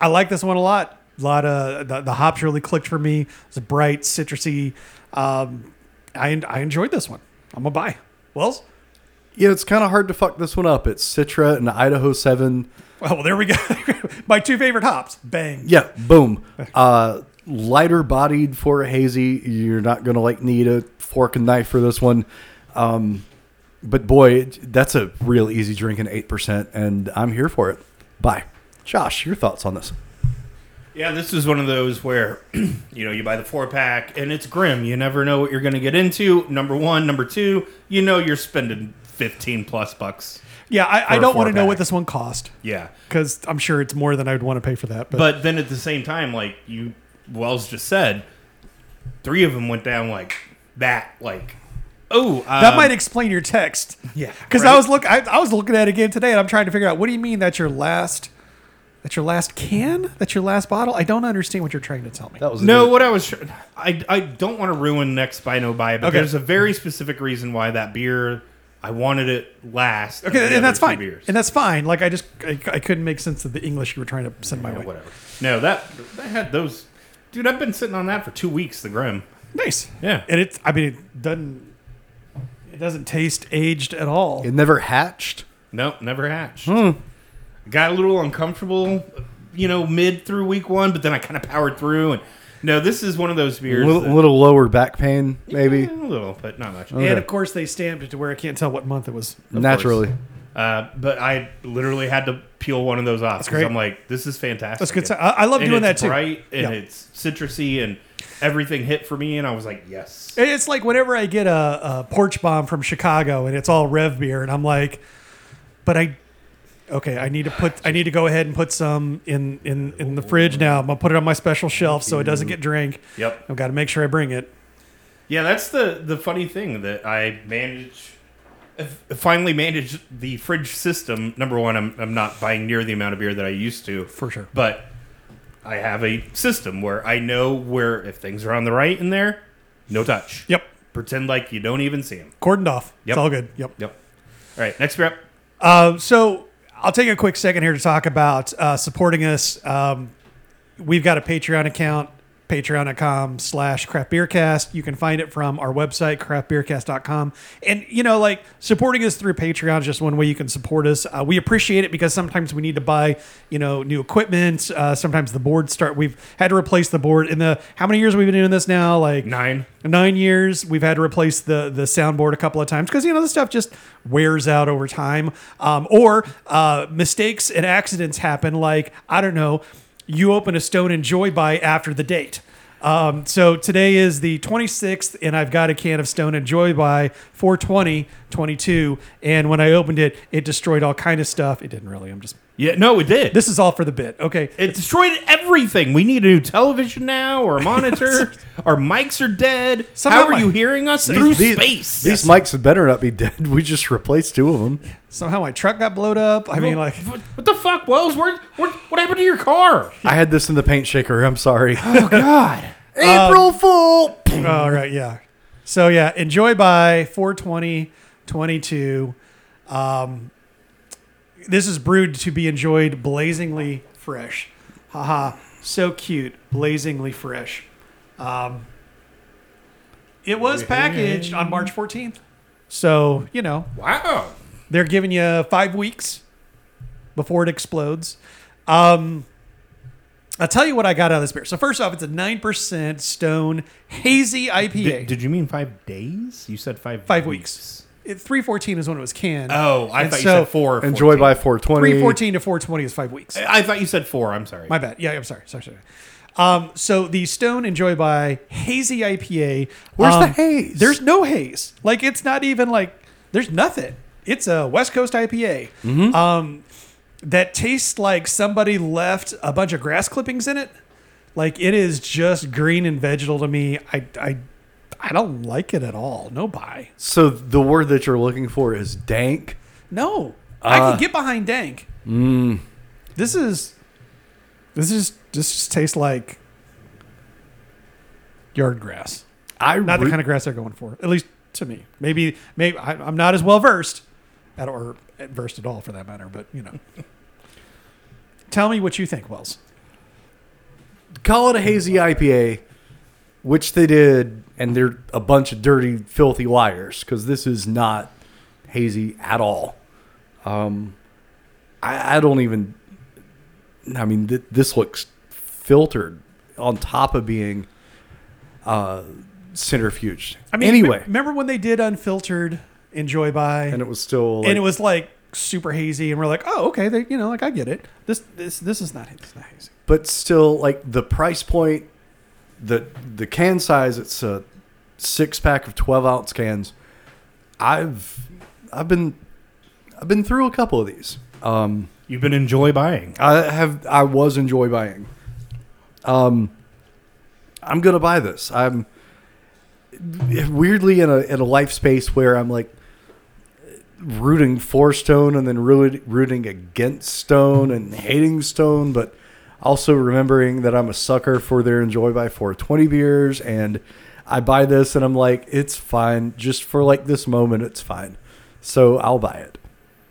Speaker 3: I like this one a lot. A lot of the, the hops really clicked for me. It's bright, citrusy. Um, I I enjoyed this one. I'm a buy. Wells.
Speaker 1: yeah, it's kind of hard to fuck this one up. It's Citra and Idaho Seven.
Speaker 3: Well, there we go. My two favorite hops. Bang.
Speaker 1: Yeah, boom. Uh, lighter bodied for a hazy. You're not gonna like need a fork and knife for this one. Um, but boy, it- that's a real easy drink in eight percent, and I'm here for it. Bye, Josh. Your thoughts on this?
Speaker 2: Yeah, this is one of those where, you know, you buy the four pack and it's grim. You never know what you're going to get into. Number one, number two, you know, you're spending fifteen plus bucks.
Speaker 3: Yeah, I, I
Speaker 2: For a
Speaker 3: don't want to know
Speaker 2: four-pack.
Speaker 3: what this one cost
Speaker 2: Yeah,
Speaker 3: because I'm sure it's more than I would want to pay for that. But,
Speaker 2: but then at the same time, like you Wells just said, three of them went down like that. Like, oh, um,
Speaker 3: That might explain your text.
Speaker 2: Yeah,
Speaker 3: because
Speaker 2: right.
Speaker 3: I was look, I, I was looking at it again today, and I'm trying to figure out what do you mean that's your last, that's your last can, that's your last bottle. I don't understand what you're trying to tell me.
Speaker 1: That was a
Speaker 2: no.
Speaker 1: good-
Speaker 2: What I was, tr- I I don't want to ruin next by no buy, but
Speaker 3: Okay.
Speaker 2: there's a very specific reason why that beer. I wanted it last. of the
Speaker 3: okay,
Speaker 2: other
Speaker 3: and that's
Speaker 2: two
Speaker 3: fine,
Speaker 2: beers.
Speaker 3: and that's fine. Like I just, I, I couldn't make sense of the English you were trying to send my
Speaker 2: Yeah,
Speaker 3: way.
Speaker 2: whatever. No, that that had those. Dude, I've been sitting on that for two weeks. The Grim.
Speaker 3: Nice,
Speaker 2: Yeah.
Speaker 3: and it's, I mean, it doesn't, it doesn't taste aged at all.
Speaker 1: It never hatched.
Speaker 2: Nope, never hatched.
Speaker 3: Hmm.
Speaker 2: Got a little uncomfortable, you know, mid through week one, but then I kind of powered through. And no, this is one of those
Speaker 1: A
Speaker 2: beers.
Speaker 1: little,
Speaker 2: that-
Speaker 1: little lower back pain, maybe
Speaker 2: Yeah, a little, but not much.
Speaker 3: And
Speaker 1: Okay.
Speaker 3: of course, they stamped it to where I can't tell what month it was.
Speaker 1: naturally.
Speaker 2: Uh, but I literally had to peel one of those off because
Speaker 3: great.
Speaker 2: I'm like, this is fantastic.
Speaker 3: That's good. So I, I love
Speaker 2: and
Speaker 3: doing that
Speaker 2: it's
Speaker 3: too.
Speaker 2: bright and
Speaker 3: Yeah.
Speaker 2: it's citrusy and everything hit for me, and I was like, yes.
Speaker 3: And It's like whenever I get a, a porch bomb from Chicago and it's all rev beer, and I'm like, but I, okay, I need to put, I need to go ahead and put some in in in the fridge now. I'm gonna put it on my special shelf so it doesn't get drank.
Speaker 2: Yep.
Speaker 3: I've got to make sure I bring it.
Speaker 2: Yeah, that's the the funny thing that I manage. Finally, managed the fridge system. Number one, I'm I'm not buying near the amount of beer that I used to
Speaker 3: For sure.
Speaker 2: but I have a system where I know where if things are on the right in there, no touch.
Speaker 3: Yep,
Speaker 2: Pretend like you don't even see them.
Speaker 3: cordoned off.
Speaker 2: Yep.
Speaker 3: It's all good. Yep.
Speaker 2: Yep. All right, next rep.
Speaker 3: Um, so I'll take a quick second here to talk about uh, supporting us. Um, we've got a Patreon account, patreon.com slash craftbeercast. You can find it from our website, craftbeercast.com. And, you know, like supporting us through Patreon is just one way you can support us. Uh, we appreciate it because sometimes we need to buy, you know, new equipment. Uh, sometimes the boards start, we've had to replace the board in the, how many years we've been doing this now? Like
Speaker 2: Nine.
Speaker 3: nine years we've had to replace the the soundboard a couple of times because you know the stuff just wears out over time um, or uh, mistakes and accidents happen like i don't know you open a stone and joy by after the date um, so today is the 26th and i've got a can of stone and joy by 420 22 and when i opened it it destroyed all kind of stuff it didn't really i'm just
Speaker 2: Yeah, no, it did.
Speaker 3: this is all for the bit okay
Speaker 2: it destroyed everything. We need a new television now or a monitor. Our mics are dead.
Speaker 3: Somehow
Speaker 2: How are
Speaker 3: my-
Speaker 2: you hearing us through space?
Speaker 1: These mics had better not be dead. We just replaced two of them.
Speaker 3: somehow my truck got blowed up i mean like
Speaker 2: what, what the fuck, Wells? Where, where, what happened to your car?
Speaker 1: I had this in the paint shaker. I'm sorry.
Speaker 2: God.
Speaker 1: April Fool.
Speaker 3: All Oh, right, yeah. So yeah, enjoy by 420 22. Um, this is brewed to be enjoyed blazingly fresh. Haha, so cute, blazingly fresh. Um, it was packaged on March 14th. So, you know,
Speaker 2: Wow.
Speaker 3: they're giving you five weeks before it explodes. Um, I'll tell you what I got out of this beer. So first off, it's a nine percent stone hazy IPA.
Speaker 2: Did, did you mean five days? You said five.
Speaker 3: Five weeks. It, 314 is when it was canned.
Speaker 2: Oh, I
Speaker 3: And
Speaker 2: thought
Speaker 3: so-
Speaker 2: you said four. Or
Speaker 1: Enjoy
Speaker 2: 14.
Speaker 1: by 420.
Speaker 3: 314 to 420 is five weeks.
Speaker 2: I thought you said four. I'm sorry.
Speaker 3: My bad. Yeah, I'm sorry. Sorry, sorry. Um, so the Stone Enjoy by Hazy IPA.
Speaker 1: Where's the
Speaker 3: Um,
Speaker 1: haze?
Speaker 3: There's no haze. Like it's not even like there's nothing. It's a West Coast IPA.
Speaker 2: Mm-hmm.
Speaker 3: Um, that tastes like somebody left a bunch of grass clippings in it. Like it is just green and vegetal to me. I I I don't like it at all. No buy.
Speaker 1: So the word that you're looking for is dank.
Speaker 3: No, I
Speaker 1: Uh, mm.
Speaker 3: can get behind Dank. This is this is this just tastes like yard grass.
Speaker 1: I
Speaker 3: Not the
Speaker 1: re-
Speaker 3: kind of grass they're going for, at least to me. Maybe maybe I, I'm not as well versed at or at versed at all for that matter. But you know, tell me what you think, Wells.
Speaker 1: call it a hazy IPA, which they did, and they're a bunch of dirty, filthy liars because this is not hazy at all. Um, I, I don't even. I mean, th- this looks filtered on top of being uh, centrifuged.
Speaker 3: I mean,
Speaker 1: anyway,
Speaker 3: me- remember when they did unfiltered enjoy by
Speaker 1: and it was still. Like,
Speaker 3: and it was like super hazy, and we're like, oh okay, they you know like I get it. This this this is not it's not hazy.
Speaker 1: but still like the price point the the can size it's a six pack of 12 ounce cans i've i've been i've been through a couple of these um
Speaker 2: You've been enjoy buying.
Speaker 1: i have i was enjoy buying um i'm gonna buy this i'm weirdly in a in a life space where i'm like rooting for Stone and then really rooting against Stone and hating Stone, but also remembering that I'm a sucker for their Enjoy by 420 beers. And I buy this and I'm like, it's fine. Just for like this moment, it's fine. So I'll buy it.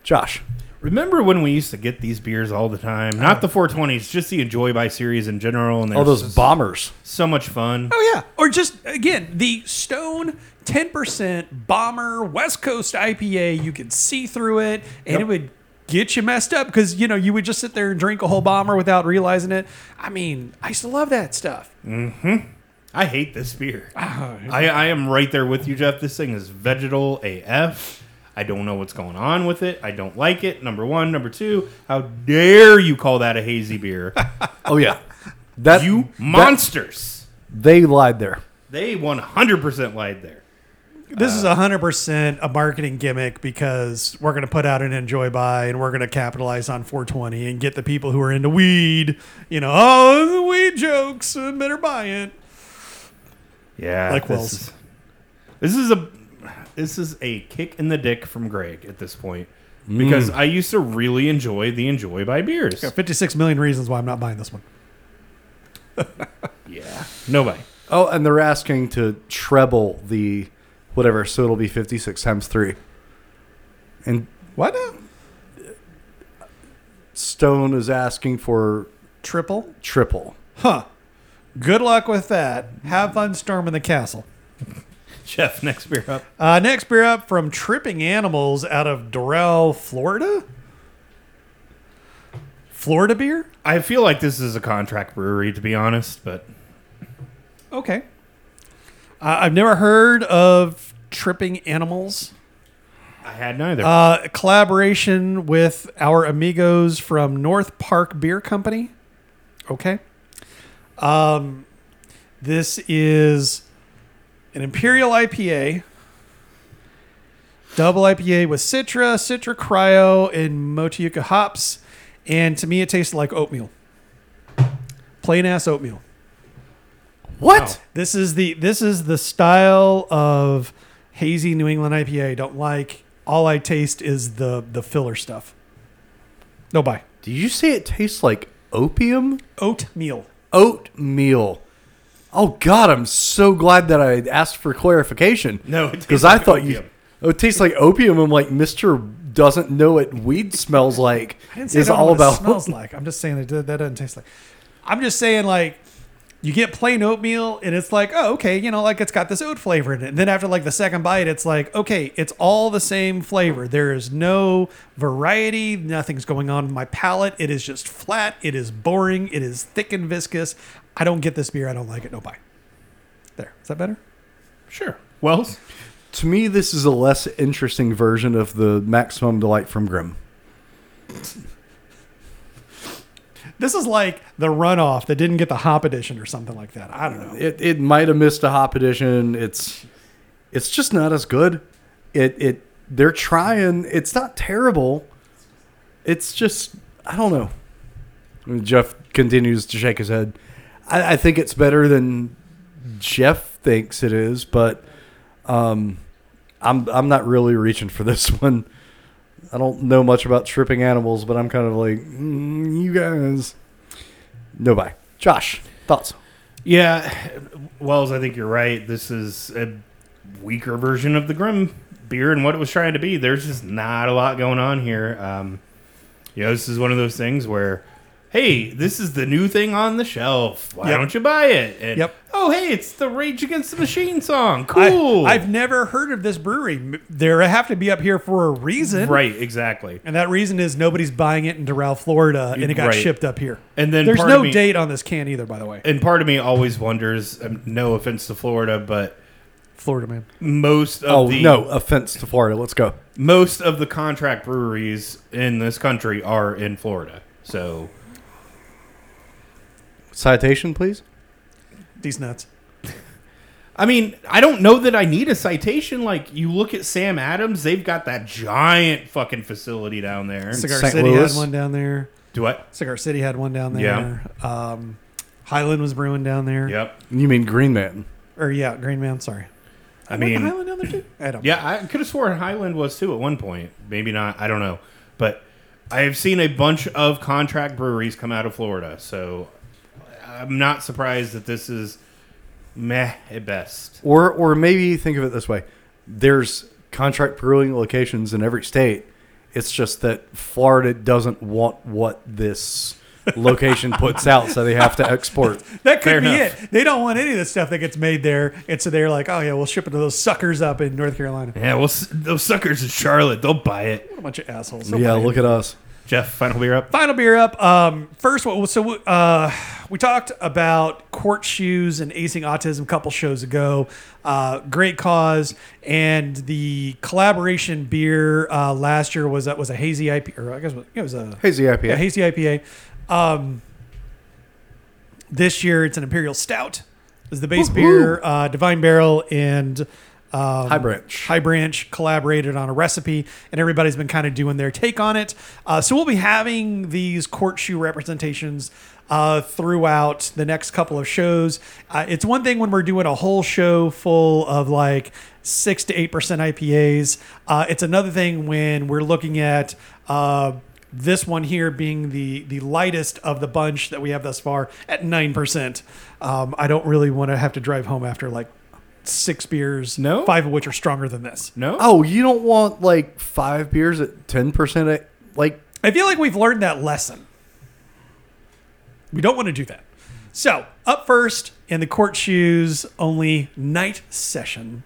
Speaker 1: Josh.
Speaker 2: Remember when we used to get these beers all the time? Not the 420s, just the enjoy by series in general. And
Speaker 1: All those
Speaker 2: there's
Speaker 1: bombers.
Speaker 2: so much fun.
Speaker 3: Oh yeah, or just again the Stone ten percent bomber West Coast IPA. You could see through it, and it would get you messed up because you know you would just sit there and drink a whole bomber without realizing it. I mean, I used to love that stuff.
Speaker 2: I hate this beer. I, I am right there with you, Jeff. This thing is vegetal AF. I don't know what's going on with it. I don't like it. Number one. Number two, how dare you call that a hazy beer?
Speaker 1: Oh yeah, that
Speaker 2: you
Speaker 1: that-
Speaker 2: monsters.
Speaker 1: they lied there.
Speaker 2: They 100% lied there.
Speaker 3: This is 100% a marketing gimmick because we're going to put out an enjoy by and we're going to capitalize on 420 and get the people who are into weed, you know, oh, the weed jokes, uh, better buy it.
Speaker 2: Yeah.
Speaker 3: Like
Speaker 2: this
Speaker 3: Wells.
Speaker 2: is- This is a this is a kick in the dick from Greg at this point because I used to really enjoy the enjoy by beers.
Speaker 3: 56 million reasons why I'm not buying this one.
Speaker 2: Yeah. Nobody.
Speaker 1: Oh, and they're asking to treble the whatever, so it'll be fifty six times three. And
Speaker 3: What?
Speaker 1: Stone is asking for
Speaker 3: Triple?
Speaker 1: triple.
Speaker 3: Huh. Good luck with that. Have fun storming the castle.
Speaker 2: Jeff, next beer up.
Speaker 3: Uh, next beer up from Tripping Animals out of Doral, Florida. Florida beer?
Speaker 2: I feel like this is a contract brewery, to be honest, but
Speaker 3: Okay. I I've never heard of Tripping Animals.
Speaker 2: I had neither.
Speaker 3: Uh, a collaboration with our amigos from North Park Beer Company. Okay. Um, this is an Imperial IPA, double IPA with Citra, Citra Cryo, and Motueka hops. And to me, it tasted like oatmeal. Plain ass oatmeal.
Speaker 1: What?
Speaker 3: This is the this is the style of hazy New England IPA. I don't like. All I taste is the the filler stuff. No buy.
Speaker 1: Did you say it tastes like opium?
Speaker 3: Oatmeal.
Speaker 1: Oatmeal. Oh God, I'm so glad that I asked for clarification.
Speaker 2: No, it tastes
Speaker 1: because I
Speaker 2: like
Speaker 1: thought you.
Speaker 2: opium.
Speaker 1: Oh, it tastes like opium. I'm like Mister doesn't know what weed smells like.
Speaker 3: I didn't say
Speaker 1: is
Speaker 3: I don't know
Speaker 1: all
Speaker 3: what
Speaker 1: about
Speaker 3: it smells like. I'm just saying that that doesn't taste like. I'm just saying like you get plain oatmeal and it's like oh okay you know like it's got this oat flavor in it. And then after like the second bite it's like okay it's all the same flavor. There is no variety. Nothing's going on in my palate. It is just flat. It is boring. It is thick and viscous. I don't get this beer. I don't like it. No buy. There is that better?
Speaker 2: sure. Wells?
Speaker 1: To me, this is a less interesting version of the maximum delight from Grimm.
Speaker 3: This is like the runoff that didn't get the hop edition or something like that. I don't know.
Speaker 1: It it might have missed a hop edition. It's it's just not as good. It it they're trying. It's not terrible. It's just I don't know. And Jeff continues to shake his head. I, I think it's better than Jeff thinks it is, but um, I'm I'm not really reaching for this one. I don't know much about tripping animals, but I'm kind of like mm, you guys. No bye, Josh. Thoughts?
Speaker 2: Yeah, Wells, I think you're right. This is a weaker version of the Grim beer and what it was trying to be. There's just not a lot going on here. Um, you know, this is one of those things where, hey, this is the new thing on the shelf. Why
Speaker 3: Yep.
Speaker 2: don't you buy it? And,
Speaker 3: Yep.
Speaker 2: Oh, hey, it's the Rage Against the Machine song.
Speaker 3: I-
Speaker 2: Cool.
Speaker 3: I've never heard of this brewery. M- They have to be up here for a reason.
Speaker 2: right, exactly.
Speaker 3: And that reason is nobody's buying it in Doral, Florida, and it got
Speaker 2: Right.
Speaker 3: shipped up here.
Speaker 2: And then
Speaker 3: There's
Speaker 2: part of
Speaker 3: no
Speaker 2: me-
Speaker 3: date on this can either, by the way.
Speaker 2: And part of me always wonders. Um, no offense to Florida, but
Speaker 3: Florida, man.
Speaker 2: most of
Speaker 1: Oh
Speaker 2: the
Speaker 1: no, offense to Florida. Let's go.
Speaker 2: most of the contract breweries in this country are in Florida. So
Speaker 1: Citation, please.
Speaker 3: These nuts.
Speaker 2: I mean, I don't know that I need a citation. Like you look at Sam Adams, they've got that giant fucking facility down there.
Speaker 3: Cigar
Speaker 1: St.
Speaker 3: City
Speaker 1: Louis?
Speaker 3: had one down there.
Speaker 2: Do what?
Speaker 3: Cigar City had one down there. Yeah. Um, Highland was brewing down there.
Speaker 2: Yep.
Speaker 1: You mean Green Man?
Speaker 3: Or yeah, Green Man. Sorry.
Speaker 2: I
Speaker 3: Wasn't
Speaker 2: mean,
Speaker 3: Highland down there too. I don't.
Speaker 2: yeah, I could have sworn Highland was too at one point. Maybe not. I don't know. But I have seen a bunch of contract breweries come out of Florida, so I'm not surprised that this is meh at best.
Speaker 1: Or or maybe think of it this way: there's contract brewing locations in every state. It's just that Florida doesn't want what this location puts out, so they have to export.
Speaker 3: That could
Speaker 2: Fair
Speaker 3: be
Speaker 2: enough.
Speaker 3: it. They don't want any of the stuff that gets made there, and so they're like, "Oh yeah, we'll ship it to those suckers up in North Carolina."
Speaker 2: Yeah, well, s- those suckers in Charlotte, they'll buy it.
Speaker 3: What a bunch of assholes.
Speaker 1: yeah,
Speaker 3: Nobody-
Speaker 1: look at us.
Speaker 2: Jeff, final beer up.
Speaker 3: Final beer up. Um, first one. So uh, we talked about court shoes and acing autism a couple shows ago. Uh, great cause and the collaboration beer uh, last year was that was a hazy IPA. Or I guess it was a
Speaker 1: Hazy IPA.
Speaker 3: yeah, hazy IPA. Um, this year it's an imperial stout. Is the base beer uh, Divine Barrel and um,
Speaker 1: High Branch.
Speaker 3: High Branch collaborated on a recipe, and everybody's been kind of doing their take on it. Uh, so we'll be having these court shoe representations uh, throughout the next couple of shows. Uh, it's one thing when we're doing a whole show full of like six to eight percent IPAs. Uh, it's another thing when we're looking at. Uh, this one here being the the lightest of the bunch that we have thus far at nine percent. Um, I don't really want to have to drive home after like six beers,
Speaker 2: No?
Speaker 3: five of which are stronger than this.
Speaker 2: No?
Speaker 1: Oh, you don't want like five beers at ten percent? Like
Speaker 3: I feel like we've learned that lesson. We don't want to do that. So, up first in the court shoes only night session.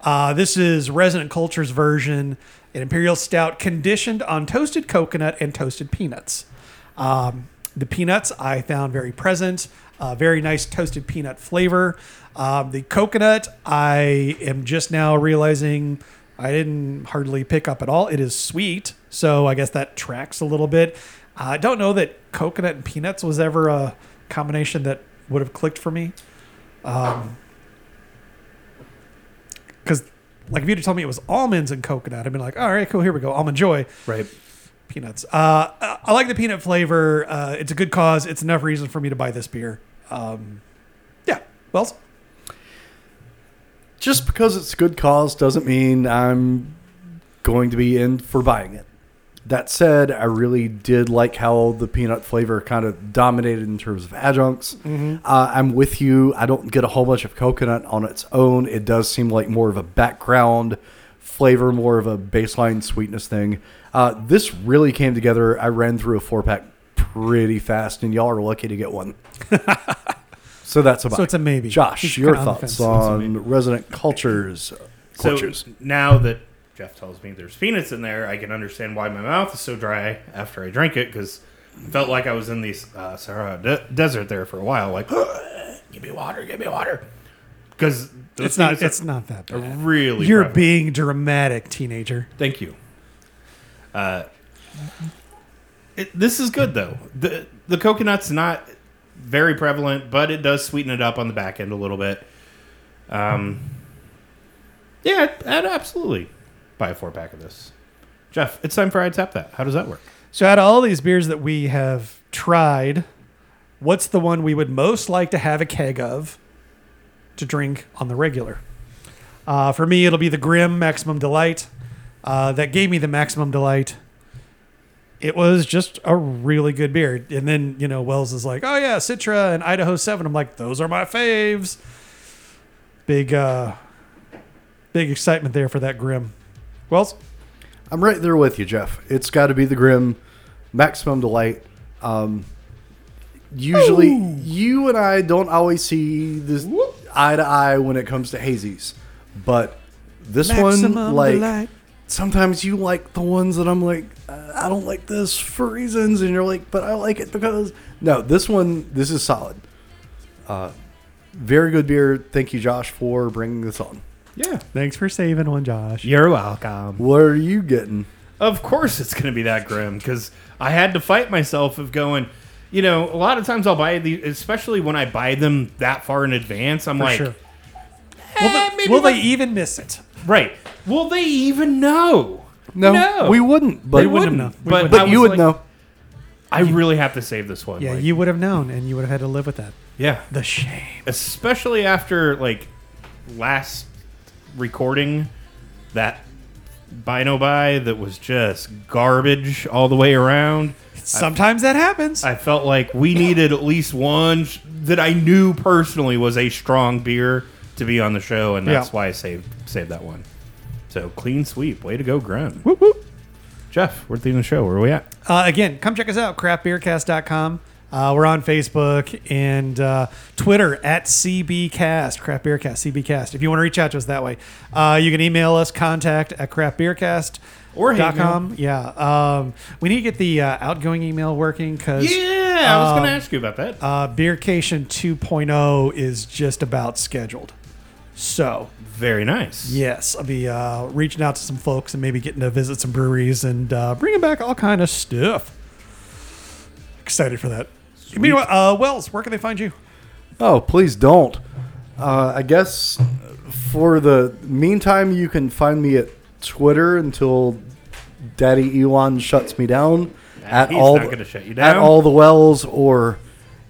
Speaker 3: Uh, this is Resident Culture's version, an Imperial Stout conditioned on toasted coconut and toasted peanuts. Um, the peanuts I found very present, uh, very nice toasted peanut flavor. Um, the coconut, I am just now realizing I didn't hardly pick up at all. It is sweet, so I guess that tracks a little bit. I don't know that coconut and peanuts was ever a combination that would have clicked for me. Um, Because, like, if you'd have told me it was almonds and coconut, I'd been like, all right, cool, here we go, almond joy
Speaker 2: Right.
Speaker 3: peanuts. Uh, I I like the peanut flavor. Uh, it's a good cause. It's enough reason for me to buy this beer. Um, yeah. Wells.
Speaker 1: just because it's good cause doesn't mean I'm going to be in for buying it. That said, I really did like how the peanut flavor kind of dominated in terms of adjuncts.
Speaker 3: Mm-hmm.
Speaker 1: Uh, I'm with you. I don't get a whole bunch of coconut on its own. It does seem like more of a background flavor, more of a baseline sweetness thing. Uh, this really came together. I ran through a four pack pretty fast, and y'all are lucky to get one. so that's about
Speaker 3: So it's a maybe. He's
Speaker 1: Josh, your
Speaker 3: kinda on the
Speaker 1: thoughts
Speaker 3: fence.
Speaker 1: on resident cultures?
Speaker 2: So
Speaker 1: cultures.
Speaker 2: now that Jeff tells me there's peanuts in there, I can understand why my mouth is so dry after I drank it because felt like I was in the uh, Sahara de- desert there for a while. Like, give me water, give me water. Because
Speaker 3: It's not. It's not that bad.
Speaker 2: really.
Speaker 3: You're
Speaker 2: prevalent.
Speaker 3: being dramatic, teenager.
Speaker 2: Thank you. Uh, it, this is good though. the The coconut's not very prevalent, but it does sweeten it up on the back end a little bit. Um, yeah, I'd, I'd absolutely buy a four pack of this. Jeff, it's time for I tap that. How does that work?
Speaker 3: So, out of all these beers that we have tried, what's the one we would most like to have a keg of to drink on the regular? Uh, for me, it'll be the Grim Maximum Delight. Uh, that gave me the Maximum Delight. It was just a really good beer. And then, you know, Wells is like, oh, yeah, Citra and Idaho 7. I'm like, those are my faves. Big, uh, big excitement there for that Grim. Wells?
Speaker 1: I'm right there with you, Jeff. It's got to be the Grim, Maximum Delight. Um, usually, you and I don't always see this eye to eye when it comes to hazies, but this one, like, sometimes you like the ones that I'm like, uh, I don't like this for reasons, and you're like, but I like it because. No, this one, this is solid. Uh, very good beer. Thank you, Josh, for bringing this on.
Speaker 2: Yeah,
Speaker 3: Thanks for saving one, Josh.
Speaker 2: you're welcome.
Speaker 1: What are you getting?
Speaker 2: Of course, it's going to be that grim because I had to fight myself of going. You know, a lot of times I'll buy the, especially when I buy them that far in advance. I'm like,
Speaker 3: sure.
Speaker 2: "Eh,
Speaker 3: Will, they,
Speaker 2: maybe
Speaker 3: will
Speaker 2: not."
Speaker 3: they even miss it?
Speaker 2: Right. Will they even know?
Speaker 1: No, we wouldn't. But
Speaker 3: They wouldn't have known. We
Speaker 2: But,
Speaker 3: wouldn't.
Speaker 2: I
Speaker 1: But you
Speaker 2: was
Speaker 1: would
Speaker 2: like,
Speaker 1: know.
Speaker 2: I really have to save this one.
Speaker 3: Yeah,
Speaker 2: like-
Speaker 3: you would have known, and you would have had to live with that.
Speaker 2: yeah.
Speaker 3: The shame.
Speaker 2: Especially after like last recording, that bino buy that was just garbage all the way around.
Speaker 3: Sometimes that happens.
Speaker 2: I felt like we needed at least one sh- that I knew personally was a strong beer to be on the show, and that's
Speaker 3: Yeah.
Speaker 2: why I saved saved that one. So clean sweep, way to go, Grim.
Speaker 3: Whoop, whoop.
Speaker 2: Jeff, we're at the end of the show. Where are we at?
Speaker 3: Uh, again, come check us out, craftbeercast.com. Uh, we're on Facebook and uh, Twitter at CBcast, Craft Beer Cast, CBcast. If you want to reach out to us that way, uh, you can email us contact at craftbeercast
Speaker 2: Or hate
Speaker 3: com. Yeah, um, we need to get the uh, outgoing email working because
Speaker 2: Yeah, I was
Speaker 3: um,
Speaker 2: going to ask you about that.
Speaker 3: uh, Beercation 2.0 is just about scheduled. So
Speaker 2: Very nice.
Speaker 3: Yes, I'll be uh, reaching out to some folks and maybe getting to visit some breweries and uh, bringing back all kind of stuff. Excited for that. Meanwhile, uh, Wells, where can they find you?
Speaker 1: Oh, please don't. Uh, I guess for the meantime, you can find me at Twitter until Daddy Elon shuts me down. At
Speaker 2: he's
Speaker 1: all,
Speaker 2: not gonna shut you
Speaker 1: At
Speaker 2: down.
Speaker 1: all the wells, or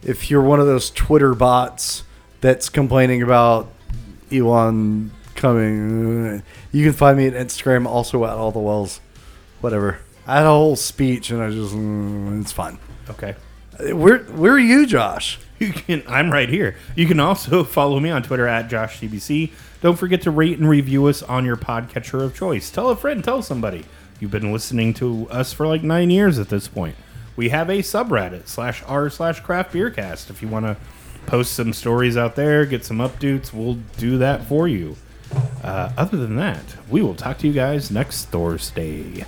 Speaker 1: if you're one of those Twitter bots that's complaining about Elon coming, you can find me at Instagram also at all the wells. Whatever. I had a whole speech and I just, mm, it's fine.
Speaker 2: Okay.
Speaker 1: Where, where are you, Josh?
Speaker 2: You can. I'm right here. You can also follow me on Twitter at JoshCBC. Don't forget to rate and review us on your podcatcher of choice. Tell a friend. Tell somebody. You've been listening to us for like nine years at this point. We have a subreddit slash r slash craft beer cast. If you want to post some stories out there, get some updates, we'll do that for you. Uh, other than that, we will talk to you guys next Thursday.